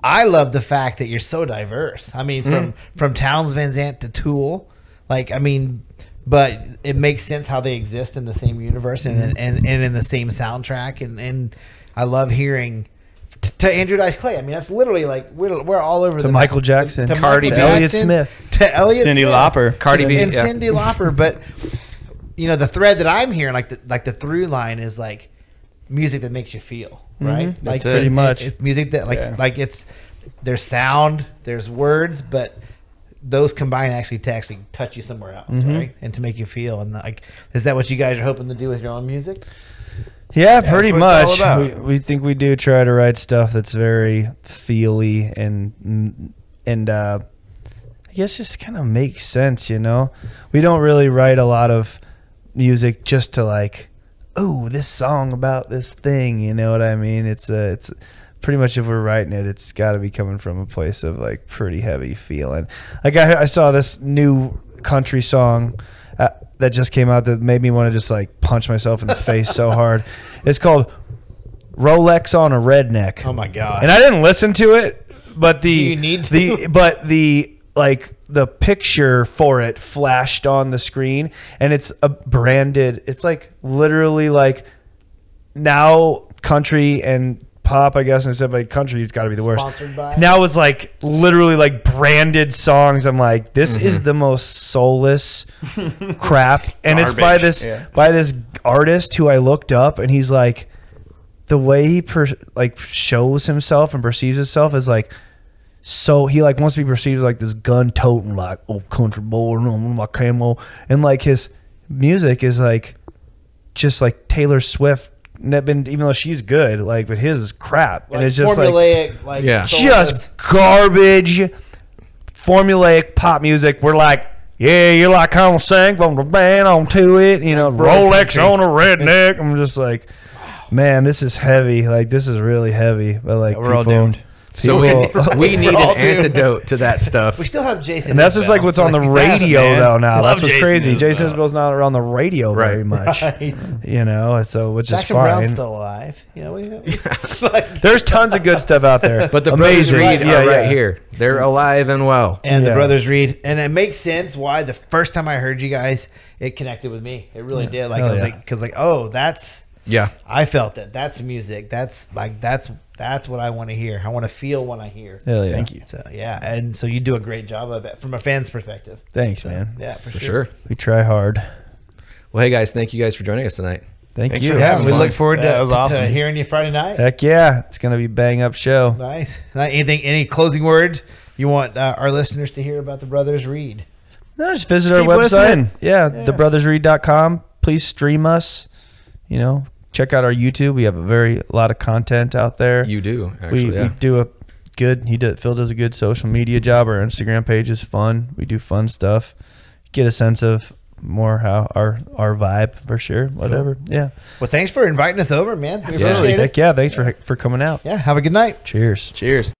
S2: I love the fact that you're so diverse. I mean, from
S5: Mm-hmm.
S2: from Towns Van Zant to Tool, like, I mean, but it makes sense how they exist in the same universe and
S5: Mm-hmm.
S2: and, and in the same soundtrack. And and I love hearing. t- To Andrew Dice Clay, I mean that's literally like we're, we're all over the
S5: Michael Jackson.
S2: to
S5: Cardi
S2: Michael
S5: B. Elliot
S2: Jackson,
S5: Smith.
S2: to Elliot
S4: Cindy
S2: Smith
S4: Lauper.
S1: Cardi B,
S2: and
S1: yeah.
S2: Cindy Lauper. But you know, the thread that I'm hearing, like the like the through line, is
S5: Mm-hmm.
S2: like music that makes you feel right. Like
S4: it. Pretty
S5: much.
S2: it's music that like
S4: Yeah.
S2: like it's there's sound, there's words, but those combine actually to actually touch you somewhere else,
S5: Mm-hmm.
S2: right? And to make you feel. And like, is that what you guys are hoping to do with your own music?
S5: Yeah, pretty
S4: what it's
S5: much.
S4: all
S5: We,
S4: about.
S5: we think we do try to write stuff that's very feely and and uh, I guess just kind of makes sense, you know. We don't really write a lot of music just to like, oh, this song about this thing. You know what I mean? It's a it's pretty much if we're writing it, it's got to be coming from a place of like pretty heavy feeling. Like I, I saw this new country song uh, that just came out that made me want to just like punch myself in the face so hard. It's called Rolex on a Redneck.
S2: Oh my God.
S5: And I didn't listen to it, but the
S2: you need to?
S5: the but the like the picture for it flashed on the screen and it's a branded it's like literally like now country and pop I guess and stuff like country has got to be the worst.
S2: Sponsored by?
S5: Now it's like literally like branded songs. I'm like this
S4: Mm-hmm.
S5: is the most soulless crap and it's by
S4: Garbage,
S5: this
S4: yeah.
S5: by this artist who I looked up and he's like the way he per- like shows himself and perceives himself is like so he like wants to be perceived as like this gun toting like old country boy and I'm in my camo and like his music is like just like Taylor Swift not been even though she's good like but his is crap
S2: Like
S5: and it's just like
S2: formulaic, like,
S1: Yeah.
S2: soulless.
S5: just garbage, formulaic pop music. We're like, yeah, you're like, I'm sing from the band on to it, you know, Rolex on a redneck. I'm just like, man, this is heavy. Like, this is really heavy. But like,
S4: we're all
S5: people-
S4: doomed.
S1: So
S5: people-
S1: we, we need
S2: all
S1: an
S2: do.
S1: antidote to that stuff.
S2: We still have Jason.
S5: and that's just
S2: Isbell.
S5: like what's on the
S4: that's-
S5: radio
S4: man.
S5: though now.
S4: Love
S5: That's what's
S4: Jason
S5: crazy.
S4: Isbell.
S5: Jason Isbell's not around the radio very
S1: Right.
S5: much, you know. and So which is
S2: Jackson Brown's
S5: fine.
S2: still alive. You know, we,
S5: There's tons of good stuff out there,
S1: But the brothers
S5: Amazing.
S1: Reed
S5: Yeah,
S1: are right
S5: yeah.
S1: here. They're alive and well.
S2: and the
S5: Yeah.
S2: brothers read and it makes sense why the first time i heard you guys it connected with me it really did like
S5: Hell
S2: i was
S5: yeah.
S2: like because like oh that's
S1: Yeah.
S2: i felt it that's music that's like that's that's what i want to hear i want to feel when i hear
S5: Hell yeah.
S4: Thank you.
S2: so yeah and so you do a great job of it from a fan's perspective
S5: Thanks,
S2: So,
S5: man.
S2: yeah for,
S1: For
S2: sure,
S1: sure.
S5: We try hard.
S1: Well, hey guys, thank you guys for joining us tonight.
S5: Thank
S4: Thanks
S5: you.
S4: for
S2: yeah
S4: That
S2: we
S4: was
S2: look
S4: fun.
S2: forward to,
S4: That was
S2: to- to
S4: awesome.
S2: hearing you friday night
S5: Heck yeah, it's gonna be a bang up show.
S2: nice anything any closing words you want uh, our listeners to hear about the brothers read
S5: No, just visit our
S4: Keep
S5: website.
S4: listening.
S5: Yeah,
S2: Yeah.
S5: thebrothersread.com. Please stream us. You know, check out our YouTube. We have a very a lot of content out there.
S1: You do
S5: we,
S1: actually.
S5: we
S1: yeah.
S5: do a good. He did. Phil does a good social media job. Our Instagram page is fun. We do fun stuff. Get a sense of more how our our vibe for sure. Whatever. Yeah.
S2: well thanks for inviting us over man We
S1: Absolutely.
S2: appreciate it.
S5: Heck yeah. Thanks for for coming out.
S2: yeah have a good night
S5: Cheers.
S4: Cheers.